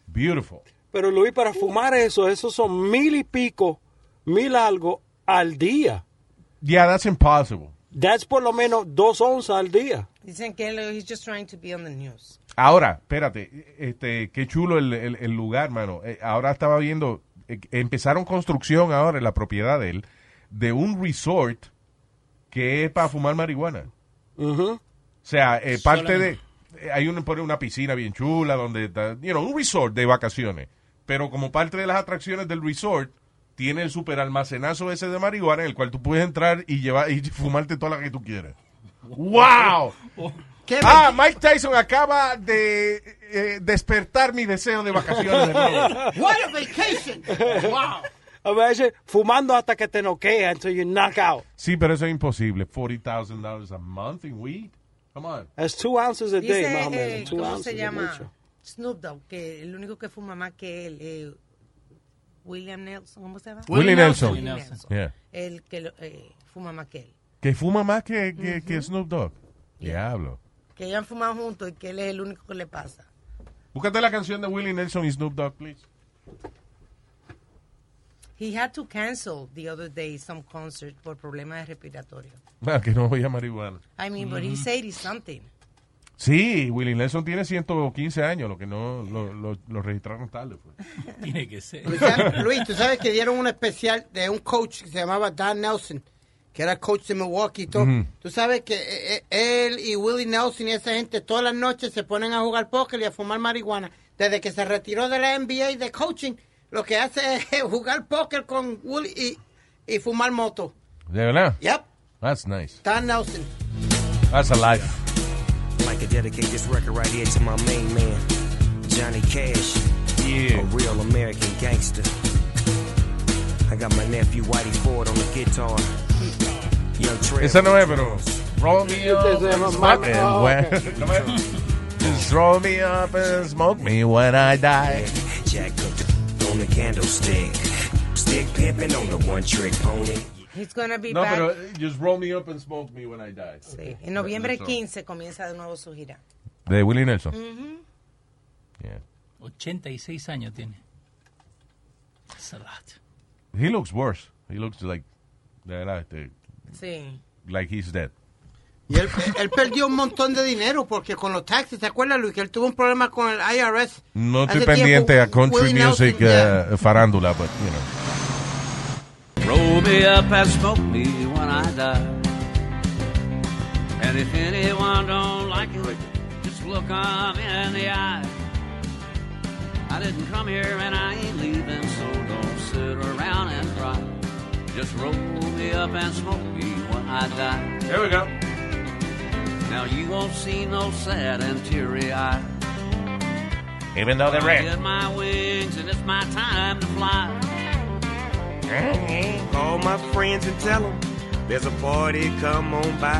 Beautiful.
Pero Luis, para fumar eso, esos son mil y pico, mil algo al día.
Yeah, that's impossible.
That's por lo menos dos onzas al día.
Dicen que él he's just trying to be on the news.
Ahora, espérate, este, qué chulo el, el- el lugar, mano. Eh, ahora estaba viendo, eh, empezaron construcción ahora en la propiedad de él, de un resort que es para fumar marihuana. O sea, eh, parte de, eh, hay un, pone una piscina bien chula donde, está- you know, un resort de vacaciones. Pero como parte de las atracciones del resort, tiene el super almacenazo ese de marihuana en el cual tú puedes entrar y llevar y (laughs) fumarte toda la que tú quieras. ¡Wow! Ah, Mike Tyson acaba de eh, despertar mi deseo de vacaciones. de
(laughs)
nuevo.
(laughs) What a vacation! Wow.
A veces fumando hasta que te noquea, until you knock out.
sí, pero eso es imposible. $40,000 a month in weed? Come on.
That's two ounces a day,
Dice,
más o menos.
eh,
Two
¿cómo
ounces
se
es
llama?
mucho.
Snoop Dogg, que el único que fuma más que él, eh, William Nelson, ¿cómo se llama?
Willie Nelson.
Willie
Nelson.
Nelson.
Yeah.
El que lo- eh, fuma más que él.
Que fuma más que, que, que Snoop Dogg. Diablo.
Que ellos han fumado juntos y que él es el único que le pasa.
Búscate la canción de Willie Nelson y Snoop Dogg, please.
He had to cancel the other day some concert por problemas respiratorios.
Ah, que no voy a marihuana.
I mean, but
Mm-hmm.
he's 80 something.
Sí, Willie Nelson tiene 115 años, lo que no lo, lo- lo registraron tarde.
(laughs)
fue.
Tiene que ser.
Luis, ¿sabes- Pues Luis, tú sabes que dieron un especial de un coach que se llamaba Dan Nelson, que era coach de Milwaukee y todo.
Ujú.
Tú sabes que eh, eh, él y Willie Nelson y esa gente todas las noches se ponen a jugar póker y a fumar marihuana. Desde que se retiró de la NBA de coaching, lo que hace es (laughs) jugar póker con Willie y, y fumar moto.
¿De verdad?
Yep,
That's nice.
Dan Nelson.
That's a life.
Like to dedicate this record right here to my main man, Johnny Cash. Yeah. A real American gangster. I got my nephew Whitey Ford on the guitar. Young Trey.
Esa no es, pero. Roll me up and smoke me when- (laughs) ¿Cómo es? Just roll me up and smoke me when I die.
Jack up the on the candlestick. Stick pimping on the one trick pony.
He's gonna be
No,
back.
pero eh, just roll me up and smoke me when I die.
Sí. En noviembre 15 comienza de nuevo su gira. Mm-hmm.
De Willie Nelson.
Ujú.
86 años tiene. That's a lot.
He looks worse. He looks like, de verdad, este,
Sí.
like he's dead.
Y él, eh, él perdió un montón de dinero porque con los taxis, ¿te acuerdas, Luis? Que él tuvo un problema con el IRS.
No estoy
Hace
pendiente
tiempo,
a country
Willie Nelson,
music, uh, farándula, but, you know.
Roll me up and smoke me when I die. And if anyone don't like it, just look 'em in the eye. I didn't come here and I ain't leaving, so don't sit around and cry. Just roll me up and smoke me when I die. There we go. Now you won't see no sad and teary eye.
Even though they're
I
red.
get my wings and it's my time to fly.
Call my friends and tell 'em there's a party, come on by.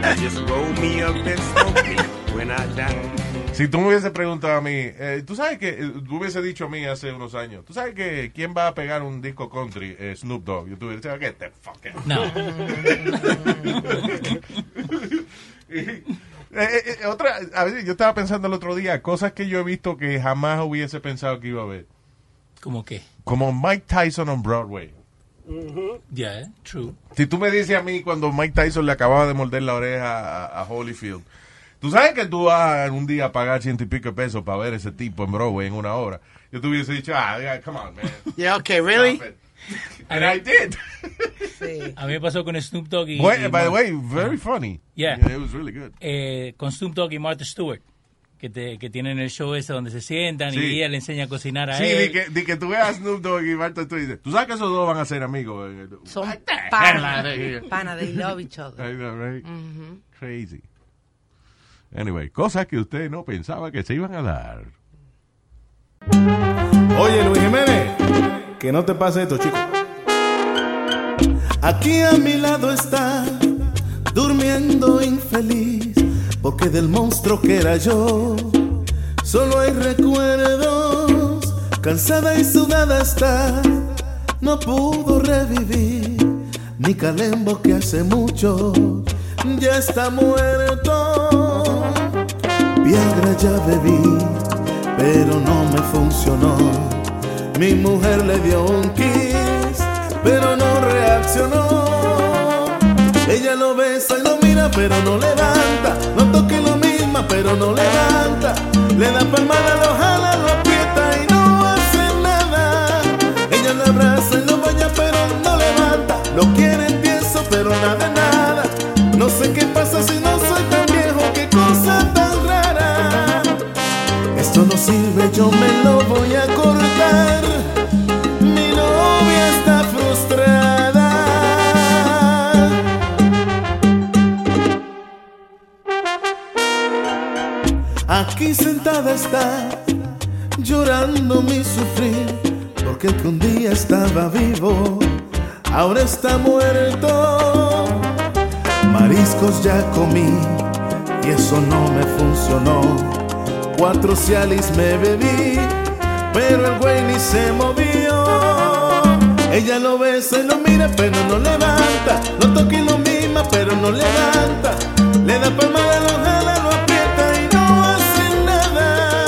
Now Just roll me up and smoke me When I die.
Si tú me hubieses preguntado a mí, eh, tú sabes que, eh, tú hubiese dicho a mí hace unos años, tú sabes que quién va a pegar un disco country, Eh, Snoop Dogg. Yo te hubiera dicho, get the fuck out.
No.
(laughs) Y, eh, eh, eh, otra, a ver, yo estaba pensando el otro día, cosas que yo he visto que jamás hubiese pensado que iba a ver.
¿Cómo qué?
Como Mike Tyson on Broadway.
Yeah, true.
Si tú me dices a mí cuando Mike Tyson le acababa de morder la oreja a, a Holyfield, tú sabes que tú vas un día a pagar ciento y pico de pesos para ver ese tipo en Broadway en una hora. Yo te hubiese dicho, ah, yeah, come on, man.
Yeah, okay, really?
And I did.
A mí me pasó con Snoop Dogg y...
Bueno,
y
by the
Mar-
way, very funny.
Yeah.
it was really good.
Eh, con Snoop Dogg y Martha Stewart, que, te- que tienen el show ese donde se sientan
Sí.
y ella le enseña a cocinar a
Sí,
él.
di que, di que tú veas Snoop Dogg y Marta tú dices, tú sabes que esos dos van a ser amigos. eh, eh,
Son
hell
pana.
out of here.
Pana, they love each other.
I know, right? Crazy. Anyway, cosas que usted no pensaba que se iban a dar.
Oye, Luis Jiménez, que no te pase esto, chico.
Aquí a mi lado está, durmiendo infeliz, porque del monstruo que era yo, solo hay recuerdos. Cansada y sudada está, no pudo revivir, ni Calembo que hace mucho ya está muerto. Viagra ya bebí, pero no me funcionó. Mi mujer le dio un kiss, pero no reaccionó. Ella lo besa y lo mira, pero no levanta. No toque lo misma, pero no levanta. Le da palmada, lo jala, lo aprieta y no hace nada. Ella lo abraza y lo baña, pero no levanta. Lo quiere tieso, pero nada, nada. No sé qué pasa si no soy tan viejo, qué cosa tan rara. Esto no sirve, yo me lo voy a cortar. Mi novia está frustrada. Aquí sentada está, llorando mi sufrir, porque el que un día estaba vivo, ahora está muerto. Mariscos ya comí y eso no me funcionó. Cuatro cialis me bebí, pero el güey ni se movió. Ella lo besa y lo mira, pero no levanta. Lo toca y lo mima, pero no levanta. Le da palmada, lo jala, lo aprieta y no hace nada.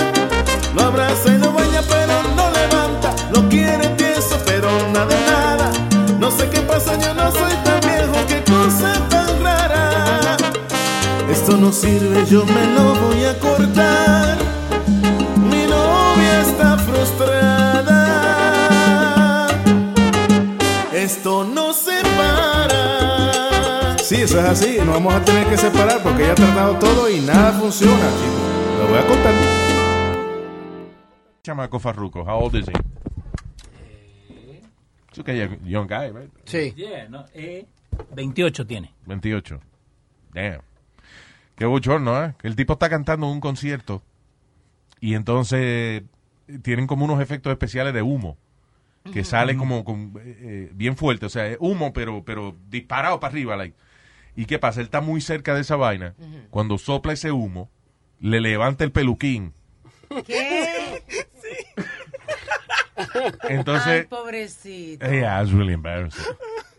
Lo abraza y lo baña, pero no levanta. Lo quiere tieso, pero nada, nada. No sé qué pasa, yo no soy tan viejo, qué cosa tan rara. Esto no sirve, yo me lo voy a cortar. Mi novia está frustrada. Esto no se para.
Sí, eso es así. Nos vamos a tener que separar porque ella ha tratado todo y nada funciona, chico. Lo voy a contar.
Chamaco Farruko, how old is he?
Eh.
It's okay, a young guy, right?
Sí.
Yeah, no, eh, 28 tiene.
28. Damn. Qué bochorno, ¿eh? Que El tipo está cantando en un concierto y entonces tienen como unos efectos especiales de humo
Mm.
que sale como con, eh, eh, bien fuerte, o sea, es humo pero pero disparado para arriba, like. ¿Y qué pasa? Él está muy cerca de esa vaina. Cuando sopla ese humo, le levanta el peluquín.
¿Qué?
Entonces- eh,
Ay, pobrecito.
Yeah, it's really embarrassing.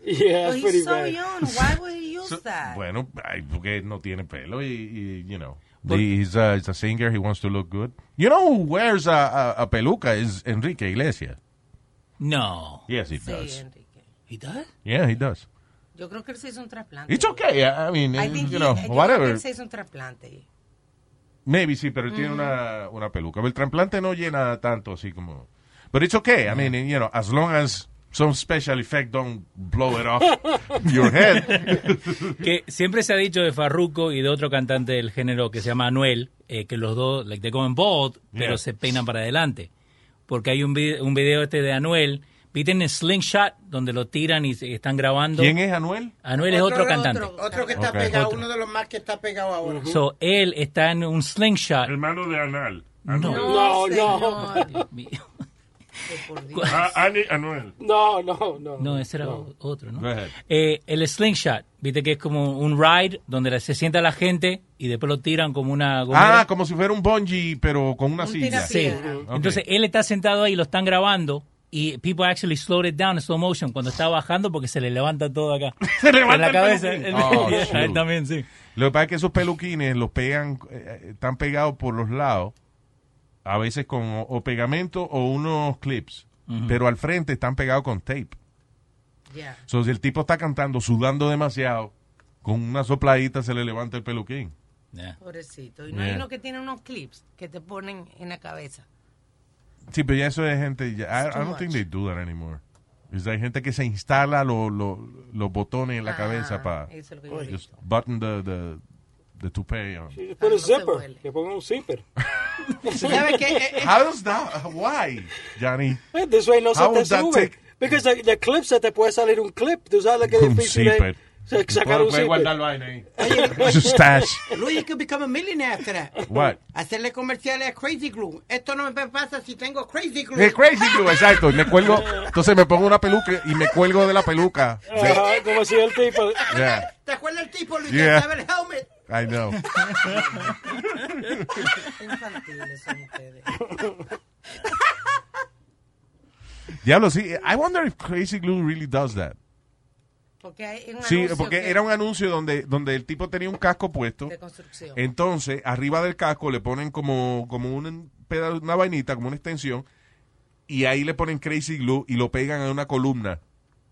But he's so young. Why would he use
So-
that?
Bueno, ay, porque no tiene pelo y, y, you know.
Pues
he's, a, he's a singer, he wants to look good. You know who wears a, a, a peluca is Enrique Iglesias.
No.
Yes, he
Sí,
does.
Enrique. ¿Y does?
Yeah, he does.
Yo creo que él se hizo un trasplante.
It's okay, I I mean,
I think
you
he-
know,
yo creo que
whatever.
él se hizo un trasplante.
Maybe sí, pero él tiene
Mm.
una, una peluca. El trasplante no llena tanto así como... But it's okay, I mean, you know, as long as some special effect don't blow it
(laughs)
off (laughs) your head.
que siempre se ha dicho de Farruko y de otro cantante del género que se llama Anuel, eh, que los dos, like, they go in bald, pero
Yeah.
se peinan para adelante. Porque hay un, vi- un video este de Anuel, ¿viste en el Slingshot? Donde lo tiran y se- están grabando.
¿Quién es Anuel?
Anuel es otro, cantante.
Otro, otro que está
Ok.
pegado,
Otro.
uno de
(laughs)
los más que está pegado ahora.
So, él está en un Slingshot.
Hermano de Anal.
No.
No, no.
A- Ah, Ani Anuel.
No, no, no.
No, ese era otro, ¿no?
Go ahead.
Eh, el slingshot, viste que es como un ride donde se sienta la gente y después lo tiran como una gomera.
Ah, como si fuera un bungee, pero con una silla.
Sí.
Ok.
Entonces él está sentado ahí, lo están grabando y people actually slowed it down in slow motion cuando está bajando porque se le levanta todo
(laughs)
acá. se
levanta
la
el
cabeza.
peluquín.
(laughs) Él-
Oh,
Yeah,
shoot.
él también, sí.
Lo que pasa es que esos peluquines los pegan, eh, eh, están pegados por los lados, a veces con o, o pegamento o unos clips,
Ujú.
pero al frente están pegados con tape. (laughs)
Yeah.
So, si el tipo está cantando, sudando demasiado, con una sopladita se le levanta el peluquín.
Pobrecito. Y no hay
Yeah.
uno que tiene unos clips que te ponen en la cabeza.
Sí, pero ya eso es gente, ya, I,
It's
I
too
don't
much.
think they do that anymore. Es hay gente que se instala lo- lo- los botones en la
Ah,
cabeza para
eso es lo que yo he
just button the, the, the toupee on.
Que pone zipper, que ponga un zipper.
¿Sabe
(laughs)
qué? Eh, eh.
How does that, why, Johnny?
Eh, This way no se
How
te
would that
sube.
take-
Because the, the clip se te puede salir un clip. Tú sabes lo que es
(laughs) Un
difícil es
zipper.
sa- sacar un
pues. Puedo guardarlo
zipper.
ahí, ahí. Su stash.
pues, Luis, you could become a millionaire after that.
What?
Hacerle comerciales a Crazy Glue. Esto no me pasa si tengo Crazy Glue.
Es crazy,
(laughs)
Glue, exacto. Y Me cuelgo, entonces me pongo una peluca y me cuelgo de la peluca.
Ajá, como si el tipo...
Yeah.
¿Te acuerdas el tipo, Luis,
Yeah. Oh.
que usaba el helmet?
I know.
Infantiles son ustedes.
Diablo, sí. I wonder if Crazy Glue really does that.
Porque hay un
Sí,
anuncio
porque
que-
era un anuncio donde, donde el tipo tenía un casco puesto.
De construcción.
Entonces, arriba del casco le ponen como, como un peda- una vainita, como una extensión, y ahí le ponen Crazy Glue y lo pegan a una columna.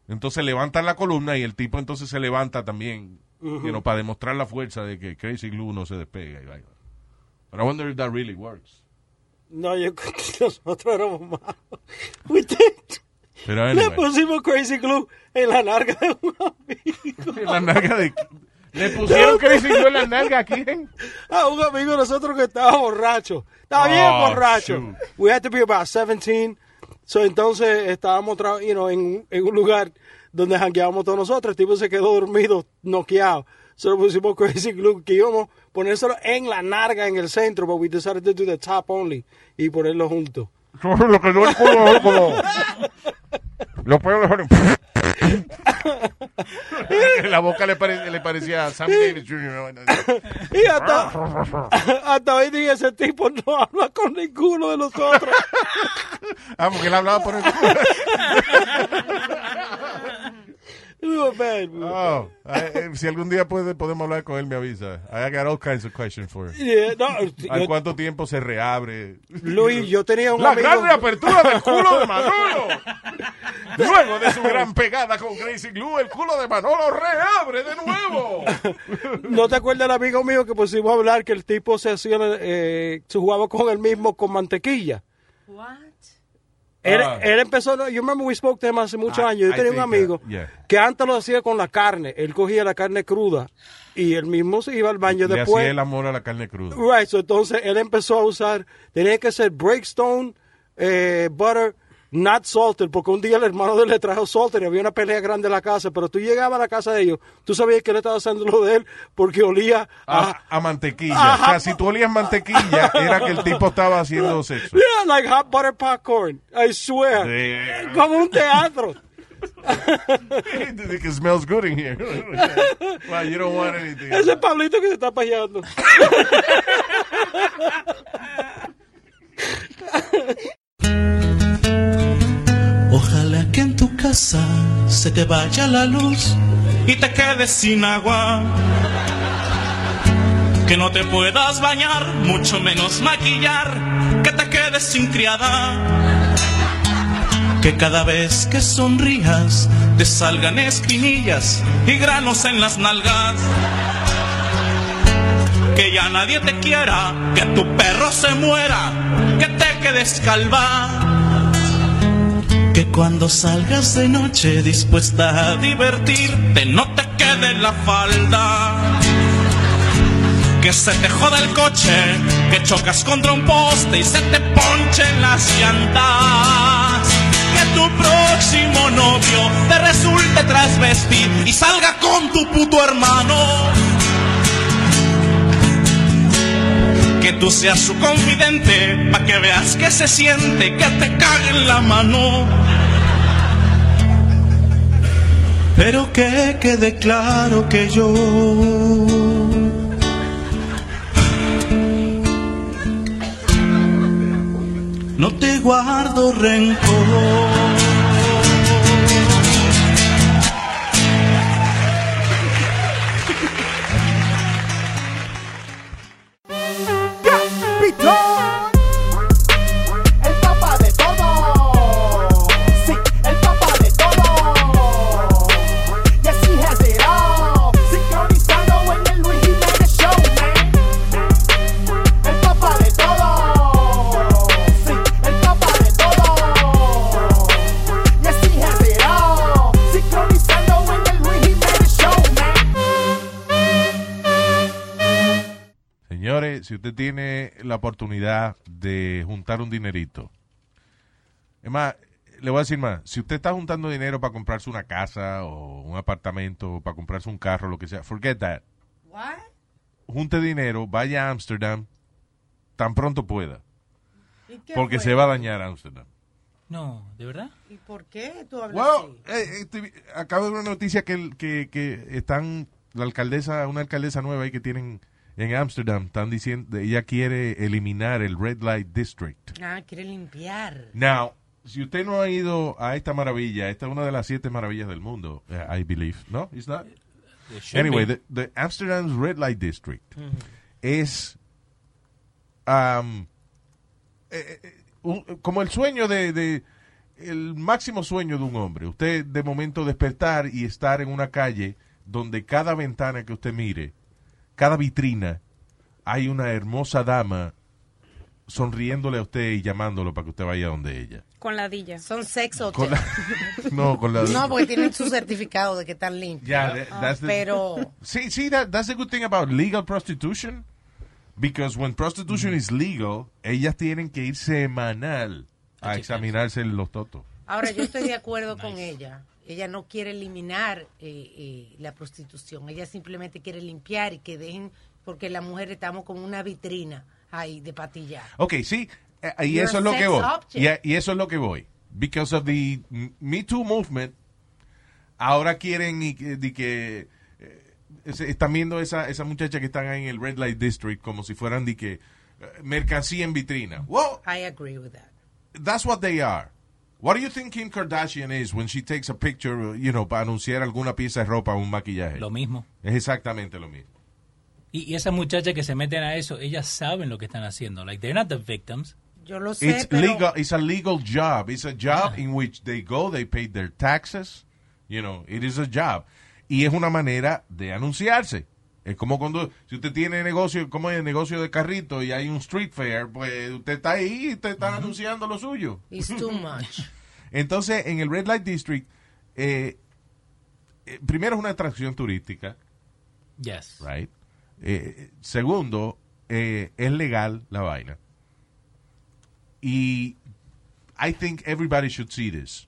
Entonces levantan la columna y el tipo entonces se levanta también,
Ujú.
you know, para demostrar la fuerza de que Crazy Glue no se despega. Y vaina. But I wonder if that really works.
No, yo creo que (laughs) nosotros éramos malos. We did.
Pero
Le
anyway,
pusimos Crazy Glue en la narga de
(laughs)
un amigo.
la nalga de... Le
(laughs)
pusieron Crazy Glue en la nalga aquí.
A un amigo de nosotros que estaba borracho. Estaba bien
Ah,
Oh,
borracho.
shoot.
We had to be about 17. So, entonces estábamos tra- you know, en, en un lugar donde jangueábamos todos nosotros. El tipo se quedó dormido, noqueado. So le pusimos Crazy Glue que íbamos a ponérselo en la narga en el centro, but we decided to do the top only y ponerlo junto.
Lo que no es como... como- Lo puedo dejar en... (laughs) la boca le, pare- le parecía a Sammy Davis Jr.
Y hasta, (laughs) hasta hoy día ese tipo no habla con ninguno de nosotros. (laughs)
Ah, porque él hablaba por el Oh, I- eh, si algún día puede, podemos hablar con él, me avisa. I got all kinds of questions for him.
Yeah, no,
¿Al
yo-
cuánto tiempo se reabre?
Luis, yo tenía un
La
amigo-
gran reapertura del culo de Manolo. Luego de su gran pegada con Crazy Glue, el culo de Manolo reabre de nuevo.
(laughs) ¿No te acuerdas el amigo mío que pusimos a hablar que el tipo se hacía, eh, se jugaba con el mismo con mantequilla? Él,
Ah.
él empezó, no, yo remember we spoke to him hace muchos
Ah,
Ah,
I-
años. Yo
I
tenía un
think,
amigo
uh, yeah.
que antes lo hacía con la carne. Él cogía la carne cruda y él mismo se iba al baño
Le
después.
hacía el amor a la carne cruda.
Right, so entonces él empezó a usar, tenía que ser breakstone, eh, butter, not salted, porque un día el hermano de él le trajo salted y había una pelea grande en la casa, pero tú llegabas a la casa de ellos, tú sabías que él estaba haciendo lo de él porque olía a...
A, a mantequilla. Ah, O sea, si tú olías mantequilla, era que el tipo estaba haciendo sexo.
Yeah, like hot butter popcorn, I swear.
Damn.
Como un
(laughs)
teatro.
It smells good in here. (laughs) Wow, you don't want anything.
Ese es Pablito que se está pajeando.
Ojalá que en tu casa se te vaya la luz y te quedes sin agua.
Que no te puedas bañar, mucho menos maquillar, que te quedes sin criada.
Que cada vez que sonrías te salgan espinillas
y granos en las nalgas. Que ya nadie te quiera, que tu perro se muera, que te quedes calva.
Que cuando salgas de noche dispuesta a divertirte no te
Quede la falda. Que se te joda el coche, que chocas contra un poste y se te ponchen las llantas. Que tu próximo novio te resulte transvestir y salga con tu puto hermano. que tú seas su confidente, pa' que veas que se siente que te cague en la mano.
Pero que quede claro que yo no te guardo rencor.
Capitán. El papá de todo. Sí, el papá de todo. Yes, he has it all. Sincronizado en el Luis Jiménez Show, man. El papá de todo. Sí, el papá de todo. Yes, he has it all. Sincronizado en el Luis Jiménez Show, man.
Señores, si usted tiene la oportunidad de juntar un dinerito, es más, le voy a decir más, si usted está juntando dinero para comprarse una casa o un apartamento, o para comprarse un carro, lo que sea, forget that.
What?
Junte dinero, vaya a Amsterdam tan pronto pueda,
¿Y qué
porque
fue?
se va a dañar Amsterdam.
No, ¿de verdad?
¿Y por qué tú hablas
Well, eh, eh, estoy- acabo de ver una noticia que, que, que están, la alcaldesa, una alcaldesa nueva ahí que tienen en Amsterdam, están diciendo, ella quiere eliminar el Red Light District.
así? Ah, quiere limpiar.
Now, si usted no ha ido a esta maravilla, esta es una de las siete maravillas del mundo, eh, I believe, ¿no? It's not.
It should
Anyway,
be.
the, the Amsterdam's Red Light District
Ujú.
es um, eh, eh, un- como el sueño de, de- el máximo sueño de un hombre. Usted de momento despertar y estar en una calle donde cada ventana que usted mire, cada vitrina, hay una hermosa dama sonriéndole a usted y llamándolo para que usted vaya donde ella.
Con la dilla. Son sexo.
Con la- no, con la- (laughs)
No, porque tienen su certificado de que están limpios.
Yeah, that-
Ah,
that's the-
Pero
(laughs) See, see that that's the good thing about legal prostitution, because when prostitution
Mm-hmm.
is legal, ellas tienen que ir semanal a examinarse los totos.
ahora yo estoy de acuerdo con ella. Ella no quiere eliminar eh, eh, la prostitución. Ella simplemente quiere limpiar y que dejen, porque las mujeres estamos como una vitrina ahí de patillar.
Okay, sí, eh, y
You're
eso es lo
a
que
sex
voy.
object.
Y, y eso es lo que voy. Because of the M- Me Too movement, ahora quieren y, que- de que eh, se- están viendo esa esa muchacha que están ahí en el Red Light District como si fueran de que eh, mercancía en vitrina. Well,
I agree with that.
that's what they are. What do you think Kim Kardashian is when she takes a picture, you know, para anunciar alguna pieza de ropa o un maquillaje? Lo
mismo.
Es exactamente lo mismo.
Y, y esas muchachas que se meten a eso, ellas saben lo que están haciendo. Like, they're not the victims.
Yo lo
It's legal. It's a legal job. It's a job in which they go, they pay their taxes. You know, it is a job. Y es una manera de anunciarse. Es como cuando, si usted tiene negocio, como el negocio de carrito y hay un street fair, pues usted está ahí y usted está anunciando lo suyo.
It's too much.
(laughs) Entonces, en el Red Light District, eh, eh, primero es una atracción turística.
Yes.
Right. Eh, segundo, eh, es legal la vaina. Y I think everybody should see this.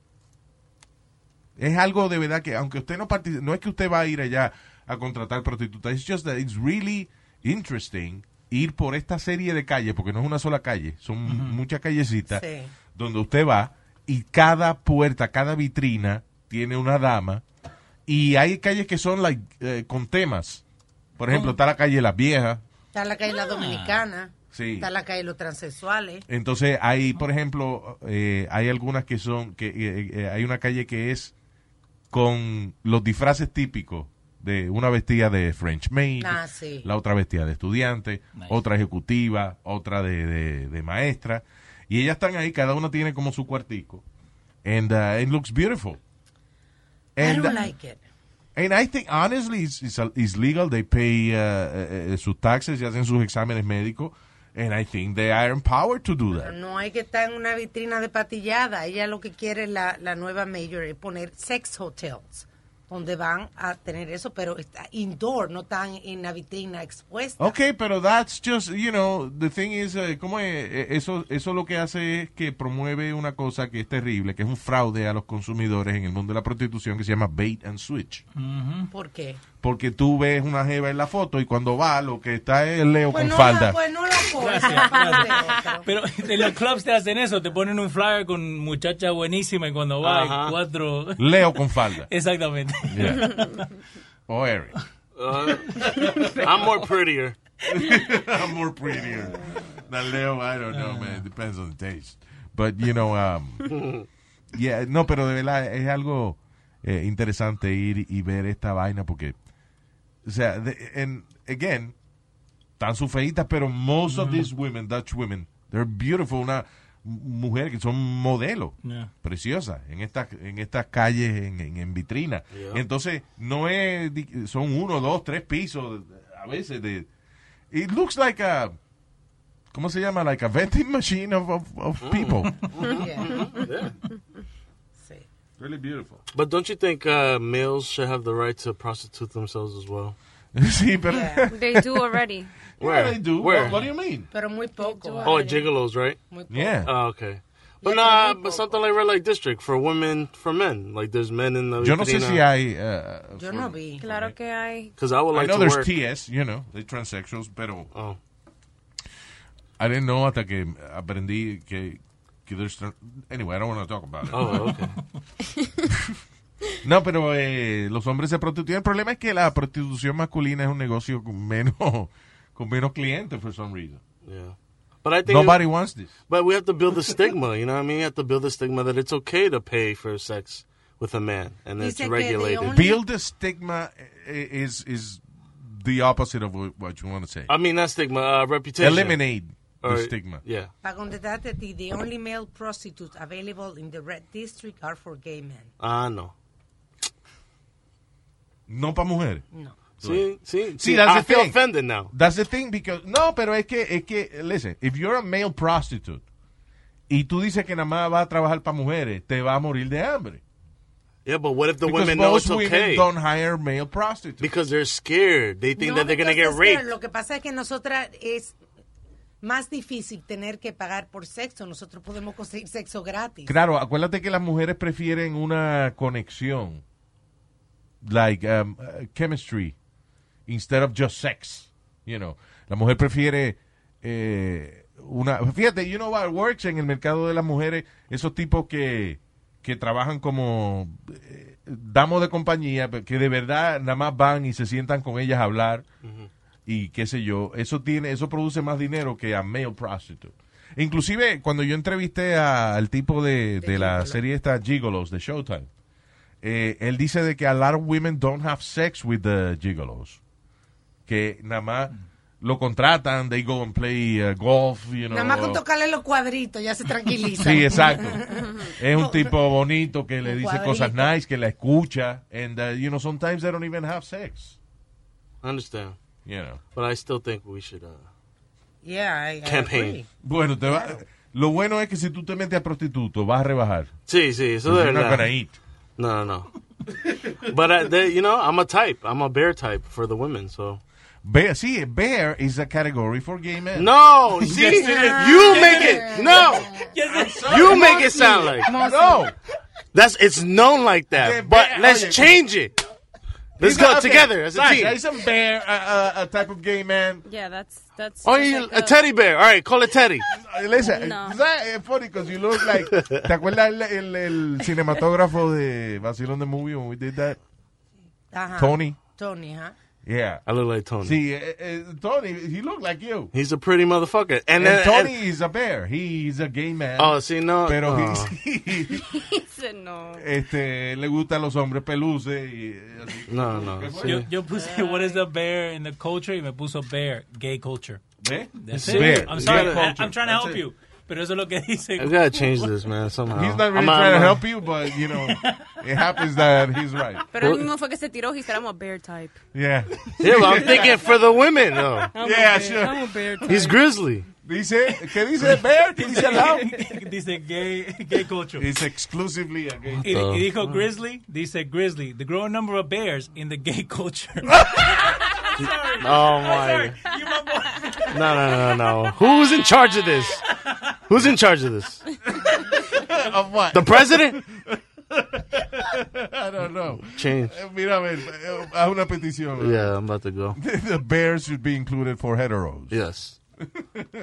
Es algo de verdad que, aunque usted no participe, no es que usted va a ir allá a contratar prostitutas. It's just that it's really interesting ir por esta serie de calles, porque no es una sola calle, son muchas callecitas,
Sí.
donde usted va y cada puerta, cada vitrina tiene una dama. Y hay calles que son like, eh, con temas. Por ejemplo, está la calle Las Viejas.
Está la
Ah.
calle La Dominicana.
Sí.
Está la calle Los Transexuales.
Entonces hay, por ejemplo, eh, hay algunas que son, que eh, eh, hay una calle que es con los disfraces típicos de una vestida de French maid,
Ah, sí.
la otra vestida de estudiante, otra ejecutiva, otra de, de- de maestra, y ellas están ahí, cada una tiene como su cuartico, and uh, it looks beautiful.
I
And,
don't
uh,
like it.
And I think, honestly, it's, it's, uh, it's legal. They pay uh, eh, eh, sus taxes y hacen sus exámenes médicos. And I think they are empowered to do that.
No hay que estar en una vitrina de patillada. Ella lo que quiere la, la nueva mayor es poner sex hotels. donde van a tener eso, pero está indoor, no están en la vitrina expuesta.
Ok, pero that's just, you know, the thing is, eh, ¿cómo es? Eh, Eso, eso lo que hace es que promueve una cosa que es terrible, que es un fraude a los consumidores en el mundo de la prostitución que se llama bait and switch.
¿Por qué?
Porque tú ves una jeva en la foto y cuando va, lo que está es Leo
Pues
con
no,
falda.
la- pues no la coges.
Gracias, Pero (laughs) en los clubs te hacen eso, te ponen un flyer con muchacha buenísima y cuando va hay
Ajá.
cuatro...
Leo con falda.
(laughs) Exactamente.
Yeah. O Oh, Eric.
Uh, I'm more prettier.
(laughs) I'm more prettier than Leo. I don't know, man. It depends on the
(laughs)
taste. But, you know, um, (laughs) yeah, no, pero de verdad es algo eh, interesante ir y ver esta vaina porque, o sea, de, and again, tan sus feitas, pero most of these women, Dutch women, they're beautiful. Una mujer que son modelo,
Yeah.
preciosa, en estas en estas calles, en, en, en vitrina.
Yeah.
Entonces, no es, di- son uno, dos, tres pisos, a veces de... It looks like a... ¿Cómo se llama? Like a vending machine of, of, of
Mm. (laughs)
people.
Yeah.
Really beautiful.
But don't you think uh, males should have the right to prostitute themselves as well?
sí, pero...
They do already.
(laughs) Where?
they do.
Where?
What- what do you mean?
Pero muy poco.
Oh, gigolos, right?
Yeah.
Oh, okay. But nah, but something like Red Light District for women, for men. Like there's men in the.
Yo no sé si hay... uh,
Yo
no
vi.
Claro que hay.
Because I would like
I know
to
there's
work.
TS, you know, they transsexuals, pero
Oh.
I didn't know hasta que aprendí que, que there's tran- anyway, I don't want to talk about it.
Oh, okay.
(laughs) no, pero eh, los hombres se prostituyen. El problema es que la prostitución masculina es un negocio con menos (laughs) con menos clientes for some reason.
Yeah. But I think
Nobody wants this.
But we have to
(laughs)
build the stigma. You know what I mean? You have to build the stigma that it's okay to pay for sex with a man, and it's regulated.
Build the stigma eh, is is the opposite of what what you want to say.
I mean, not stigma. Uh, reputation.
Eliminate the
Or-
stigma.
Yeah.
Para contestarte a ti, the only male prostitutes available in the red district are for gay men.
Ah, no.
No para mujeres.
No.
See, see,
See,
see,
that's
I
the
feel
thing.
offended now.
That's the thing because no, pero es que es que listen, if you're a male prostitute y tú dices que nada más vas a trabajar para mujeres, te va a morir de hambre.
Yeah, but what if the
Because
women know
most
it's
women
okay?
don't hire male prostitutes
because they're scared. They think
No,
that they're gonna get
because, claro,
raped.
Lo que pasa es que nosotras es más difícil tener que pagar por sexo. Nosotros podemos conseguir sexo gratis.
Claro, acuérdate que las mujeres prefieren una conexión, like um, uh, chemistry, instead of just sex. You know, la mujer prefiere eh, una. Fíjate, you know what works en el mercado de las mujeres, esos tipos que que trabajan como eh, damos de compañía, pero que de verdad nada más van y se sientan con ellas a hablar y qué sé yo, eso tiene, eso produce más dinero que a male prostitute. Inclusive cuando yo entrevisté a- al tipo de, de la serie esta Gigolos de Showtime, eh, él dice de que a lot of women don't have sex with the gigolos, que nada más lo contratan, they go and play uh, golf, you know.
Mm. Nada más con tocarle los cuadritos ya se tranquiliza.
Sí,
(laughs)
exacto. Es un tipo bonito que le dice cosas
cuadrito.
nice, que la escucha, and uh, you know sometimes they don't even have sex,
I understand.
you know.
But I still think we should. Uh,
Yeah, I- I agree.
Bueno, te va- lo bueno es que si tú te metes a prostituto, vas a rebajar.
Sí, sí, eso
You're
de
not
verdad.
gonna eat.
No, no, no. but I, they, you know, I'm a type. I'm a bear type for the women. So
Bear, sí, bear is a category for gay men. (laughs)
no, see, you make it no. You make it sound like
no. oh,
That's it's known like that. but let's
oye.
change it. Let's
He's
go
not- okay,
together as a
right,
team.
There's a bear, a, a, a type of gay man.
Yeah, that's that's.
Oh,
just
you,
like
a teddy bear. All right, call it Teddy.
Listen,
No.
that is funny because you look like. ¿Te acuerdas el, el, el cinematógrafo de Vacilón de Movie when we did that?
Ajá.
Tony.
Uh-huh. Tony, ajá.
Yeah.
I look like Tony.
Sí, eh, eh, Tony, he looked like you.
He's a pretty motherfucker. And,
And,
then
Tony is a bear. He's a gay man.
Oh, sí, no,
Pero (laughs)
no.
he's-
He said no.
este, le gustan los hombres peluces. Y, eh, así.
No, no,
¿Qué fue?
(laughs) Yo, yo puse, what is the bear in the culture? Y me puso bear, gay culture.
¿Ve?
That's
Sí.
it.
Bear,
I'm sorry,
gay
I-
culture.
I'm trying to help
That's it.
you. Pero eso es lo que dice.
I gotta change this,
(laughs)
man. Somehow
He's not really
I'm-
trying
I'm-
to help you, but you know, it happens that he's right.
Pero él mismo fue que se tiró. He said I'm a bear type.
Yeah.
Yeah, but I'm thinking for the women though.
(laughs) I'm a
Yeah,
bear-
sure.
I'm a bear type.
He's grizzly.
Dice, (laughs) ¿qué dice Bear? ¿Qué dice
(laughs)
al lado?
(laughs) dice gay, gay culture.
It's exclusively a gay
Y,
culture.
y dijo grizzly, dice grizzly, the growing number of bears in the gay culture.
(laughs) Oh my. No, no, no, no. Who's in charge of this? Who's in charge of this?
(laughs) Of what?
The president?
(laughs) I don't know.
Change.
Eh, Mira, a ver, eh, haz una petición.
Yeah, I'm about to go.
(laughs) The bears should be included for heteros.
Yes.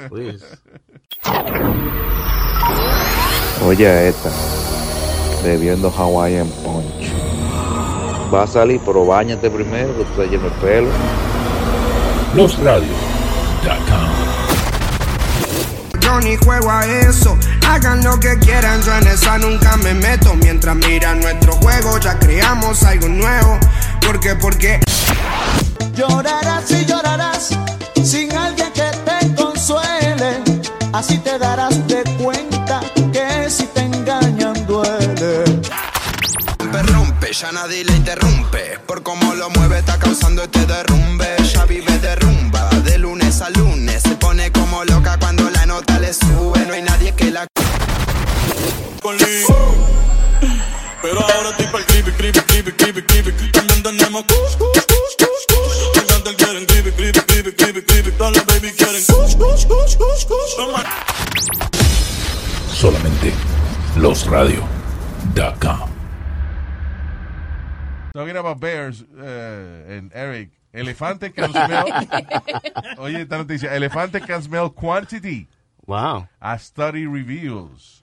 Please.
Oye, esta, bebiendo Hawaiian Punch. Va a salir, pero bañate primero, que tú estás lleno de pelo.
Yo ni juego a eso, hagan lo que quieran, yo en esa nunca me meto. Mientras miran nuestro juego, ya creamos algo nuevo. Porque, porque.
Llorarás y llorarás sin alguien que te consuele. Así te darás de cuenta que si te engañan duele.
Rompe, rompe, ya nadie le interrumpe. Por cómo lo mueve, está causando este derrumbe. Ya vive de rumba, de lunes a lunes. Se pone como loca cuando la nota le sube. No hay nadie que la.
con Lee. Pero ahora estoy pa'l creepy, creepy, creepy, creepy, creepy. Bailando en emo, cus, cus, cus, cus. Bailando el quieren creepy, creepy, creepy, creepy, creepy. Dale, baby, quieren cus, cus, cus, cus, cus. Toma.
Solamente losradio.com.
Talking about bears, eh, and Eric, elefante can smell.
(laughs)
Oye, esta noticia. Elefante can smell quantity.
Wow.
A study reveals.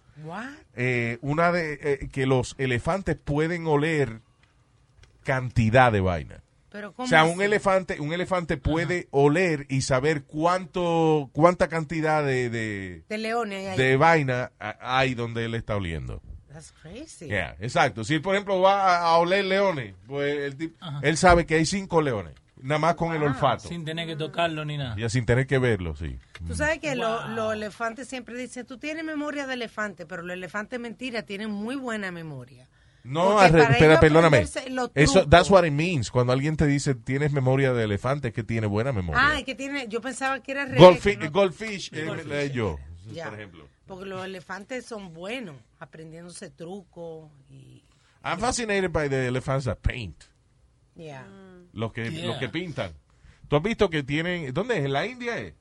Eh, una de eh, que los elefantes pueden oler cantidad de vaina.
Pero ¿cómo
O sea,
así?
un elefante, un elefante puede oler y saber cuánto, cuánta cantidad de, de,
De leones hay ahí.
de vaina a- hay donde él está oliendo.
That's crazy.
Yeah, exacto. Si él, por ejemplo, va a, a oler leones, pues el tip- él sabe que hay cinco leones, nada más con el olfato.
Ah, Sin tener que tocarlo ni nada.
Ya sin tener que verlo, sí.
Tú sabes que lo- los elefantes siempre dicen, tú tienes memoria de elefante, pero los elefantes, mentira, tienen muy buena memoria.
No,
Porque
arre-
para
espera,
ellos
perdóname.
aprenderse los
Eso,
trucos-
that's what it means. Cuando alguien te dice, tienes memoria de elefante, es que tiene buena memoria.
Ah, es que tiene, yo pensaba que era
Goldfi-
revés,
goldfish, eh, eh, yo,
Ya.
por ejemplo.
Porque los elefantes son buenos aprendiéndose trucos. y-
I'm fascinated by the elephants that paint.
Yeah.
Los que,
Yeah.
los que pintan. Tú has visto que tienen, ¿dónde es? ¿En la India es?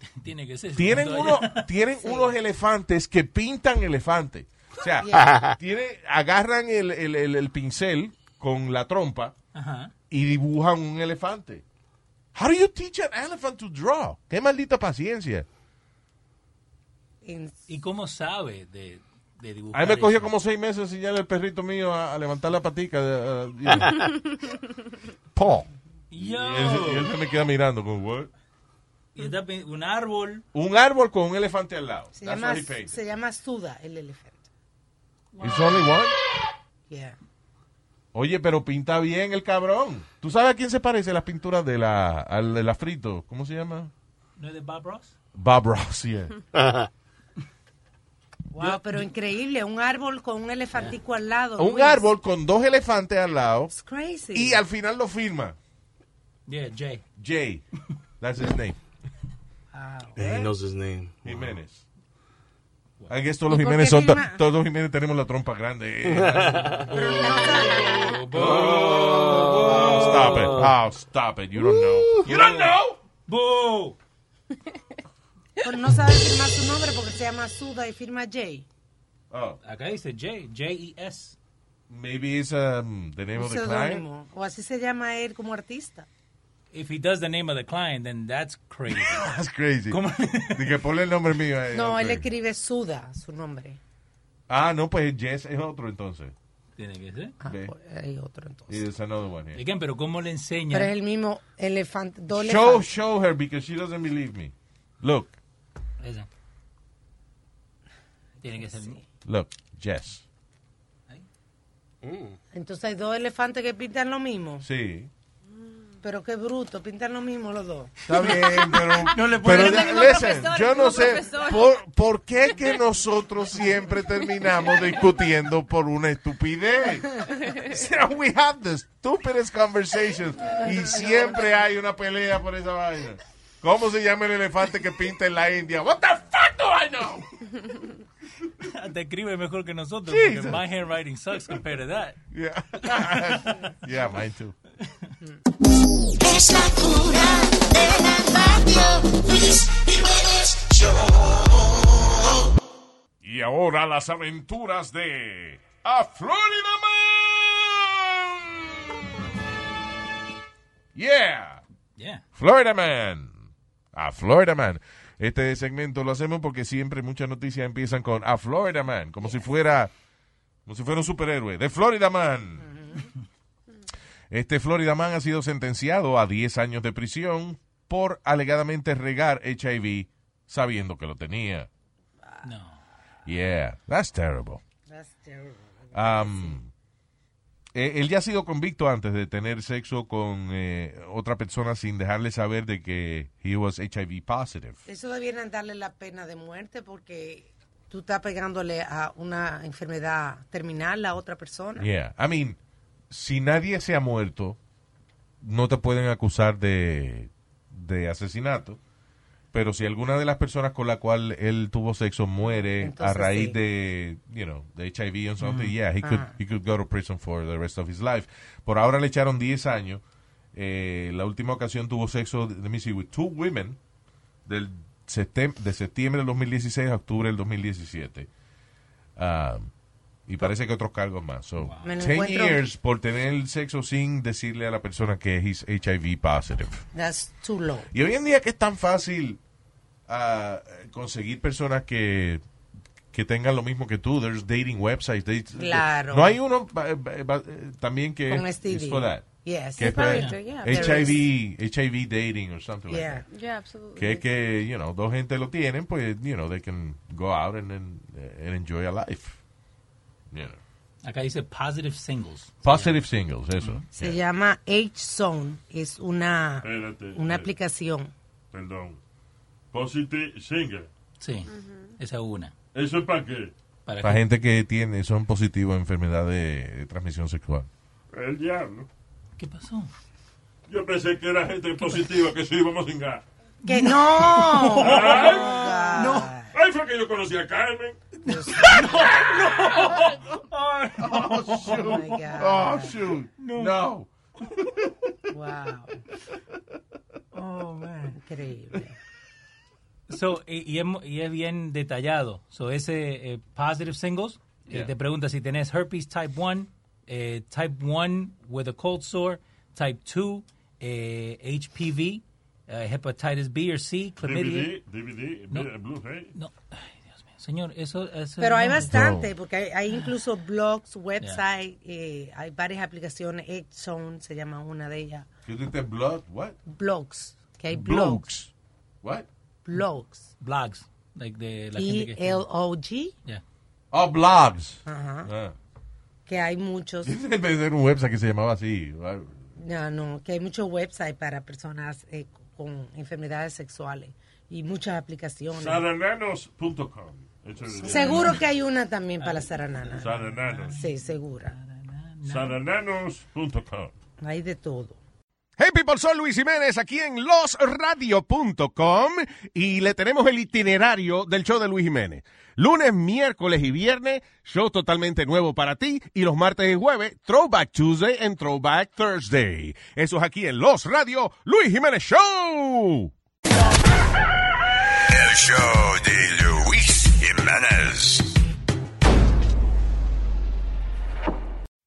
(laughs) Tiene que ser.
Tienen, (laughs) uno,
Todavía. (laughs)
tienen unos elefantes que pintan elefantes. O sea,
Yeah.
(laughs) tiene- agarran el, el- el- el pincel con la trompa
Ajá.
y dibujan un elefante. How do you teach an elephant to draw? Qué maldita paciencia.
¿Y cómo sabe de, de dibujar?
A mí me cogió
eso?
como seis meses enseñarle al perrito mío a, a levantar la patica. de- a- you (laughs) know. Paw. Y él, se- y él se me queda mirando como, "What?"
Y está pe- un árbol.
Un árbol con un elefante al lado.
Se,
That's
llama,
what he painted.
se llama Suda, el elefante.
It's only one.
Yeah.
Oye, pero pinta bien el cabrón. ¿Tú sabes a quién se parece las pinturas de la, al, de la frito? ¿Cómo se llama?
¿No es de Bob Ross?
Bob Ross,
(laughs)
yeah.
Wow, pero increíble, un árbol con un elefantico al lado. pues.
un
Oh, Luis.
árbol con dos elefantes al lado.
Crazy.
Y al final lo firma.
Yeah, Jay.
Jay. That's his name.
Yeah, he knows his name.
Jiménez. I guess todos los
¿Y por
Jiménez
qué
son to-
firma?
todos los Jiménez tenemos la trompa grande.
Oh,
stop it. Oh, stop it. You don't know. You don't know.
Boo.
Pero no sabe firmar su nombre porque se llama Suda y firma Jay.
Oh.
Acá dice J, E J-E-S.
Maybe it's um, the name
Un
of the client.
seudónimo. O así se llama él como artista.
If he does the name of the client, then that's
(laughs)
crazy.
(laughs) That's crazy. Dije, ponle el nombre mío. eh,
No,
ok.
él escribe Suda, su nombre.
Ah, no, pues Jess es otro entonces.
Tiene que ser.
Ve.
hay Ah, pues, otro entonces.
There's another one here.
Again, pero ¿cómo le enseña?
Pero es el mismo elefante. dos
Show,
elefantes.
show her because she doesn't believe me. Look,
Esa. Tiene que ser.
look, Jess.
Entonces hay dos elefantes que pintan lo mismo.
Sí.
Pero qué bruto, pintan lo mismo los dos.
Está bien, (laughs) pero.
(laughs) No le
pero
puedo- Es el mismo
listen,
profesor,
yo
el
no
mismo
sé
profesor.
por, por qué que nosotros siempre terminamos discutiendo por una estupidez. (laughs) O sea, we have the stupidest conversations y siempre hay una pelea por esa vaina. ¿Cómo se llama el elefante que pinta en la India? What the fuck do I know?
(laughs) Te escribe mejor que nosotros.
Jesus.
Porque my handwriting sucks compared to that.
Yeah. (laughs) yeah, mine too.
Es la cura de la radio, Luis Jiménez Show.
Y ahora las aventuras de A Florida Man. Yeah.
Yeah.
Florida Man. A Florida Man. Este segmento lo hacemos porque siempre muchas noticias empiezan con A Florida Man, como si fuera como si fuera un superhéroe. De Florida Man. Este Florida Man ha sido sentenciado a 10 años de prisión por alegadamente regar HIV sabiendo que lo tenía. Yeah, that's terrible.
That's terrible.
Um, eh, él ya ha sido convicto antes de tener sexo con eh, otra persona sin dejarle saber de que he was HIV positive.
Eso debieran darle la pena de muerte porque tú estás pegándole a una enfermedad terminal a otra persona.
Yeah, I mean, si nadie se ha muerto, no te pueden acusar de, de asesinato. Pero si alguna de las personas con la cual él tuvo sexo muere a
Entonces,
raíz
sí.
de, you know, de HIV and something,
Mm.
yeah, he could,
Ah.
he could go to prison for the rest of his life. Por ahora le echaron 10 años. Eh, la última ocasión tuvo sexo, let me see, with two women del septem- de septiembre del 2016 a octubre del 2017. Ah, y parece que otros cargos más. So,
Me lo
10
encuentro-
years por tener el sexo sin decirle a la persona que es HIV positive.
That's too low.
Y hoy en día que es tan fácil ah, conseguir personas que, que tengan lo mismo que tú. There's dating websites. they-
Claro.
No hay uno ba- ba- ba- eh, también que
Con
es
STD.
for that.
Yes.
Que es
Probably
para-
do, yeah.
HIV, HIV dating or something like that.
Yeah.
Yeah, absolutely.
Que es que, you know, dos gente lo tienen, pues, you know, they can go out and, and, and enjoy a life. You know.
Acá dice positive singles.
Positive singles, eso.
Se llama H-Zone. Es una,
Espérate,
una
eh.
aplicación.
Perdón. Positive single.
Sí, esa es una.
¿Eso es para qué?
Para
Para gente que tiene, son positivos a enfermedad de, de transmisión sexual.
El diablo.
¿Qué pasó?
Yo pensé que era gente positiva, que sí íbamos a cingar.
Que no.
Ay, Ay, fue que yo conocí a Carmen.
No,
Oh, shoot. Oh, my God.
Oh, shoot. No.
(laughs) Wow. Oh, man. Increíble.
So, y, y es, mu- y es bien detallado. So, ese eh, positive singles eh,
Yeah.
te pregunta si tenés herpes type 1, eh, type 1 with a cold sore, type 2, eh, HPV, eh, hepatitis B or C, chlamydia.
DVD, DVD,
No.
mira, Blu-ray.
No. Señor, eso, eso
Pero hay
no-
bastante, porque hay, hay incluso blogs, websites, eh, hay varias aplicaciones. H-Zone se llama una de ellas.
You did the blood, what?
Blogs. Que hay
Blogs.
blogs.
What?
Blogs.
Blogs. Like de la gente que...
B-L-O-G.
Yeah.
Oh, blogs. (laughs)
Ajá.
Ah.
Que
(laughs)
hay muchos.
Era un website que se llamaba así.
No, no, que hay muchos websites para personas eh, con enfermedades sexuales y muchas aplicaciones.
Sarananos.com. Eso es el-
Seguro que hay una también
Ah.
para Saranana.
Sarananos.
Sí, segura.
Sarananos.com.
Hay de todo.
Hey people, soy Luis Jiménez aquí en losradio.com y le tenemos el itinerario del show de Luis Jiménez. Lunes, miércoles y viernes, show totalmente nuevo para ti y los martes y jueves, Throwback Tuesday and Throwback Thursday. Eso es aquí en Los Radio, Luis Jiménez Show.
El show de Luis Jiménez.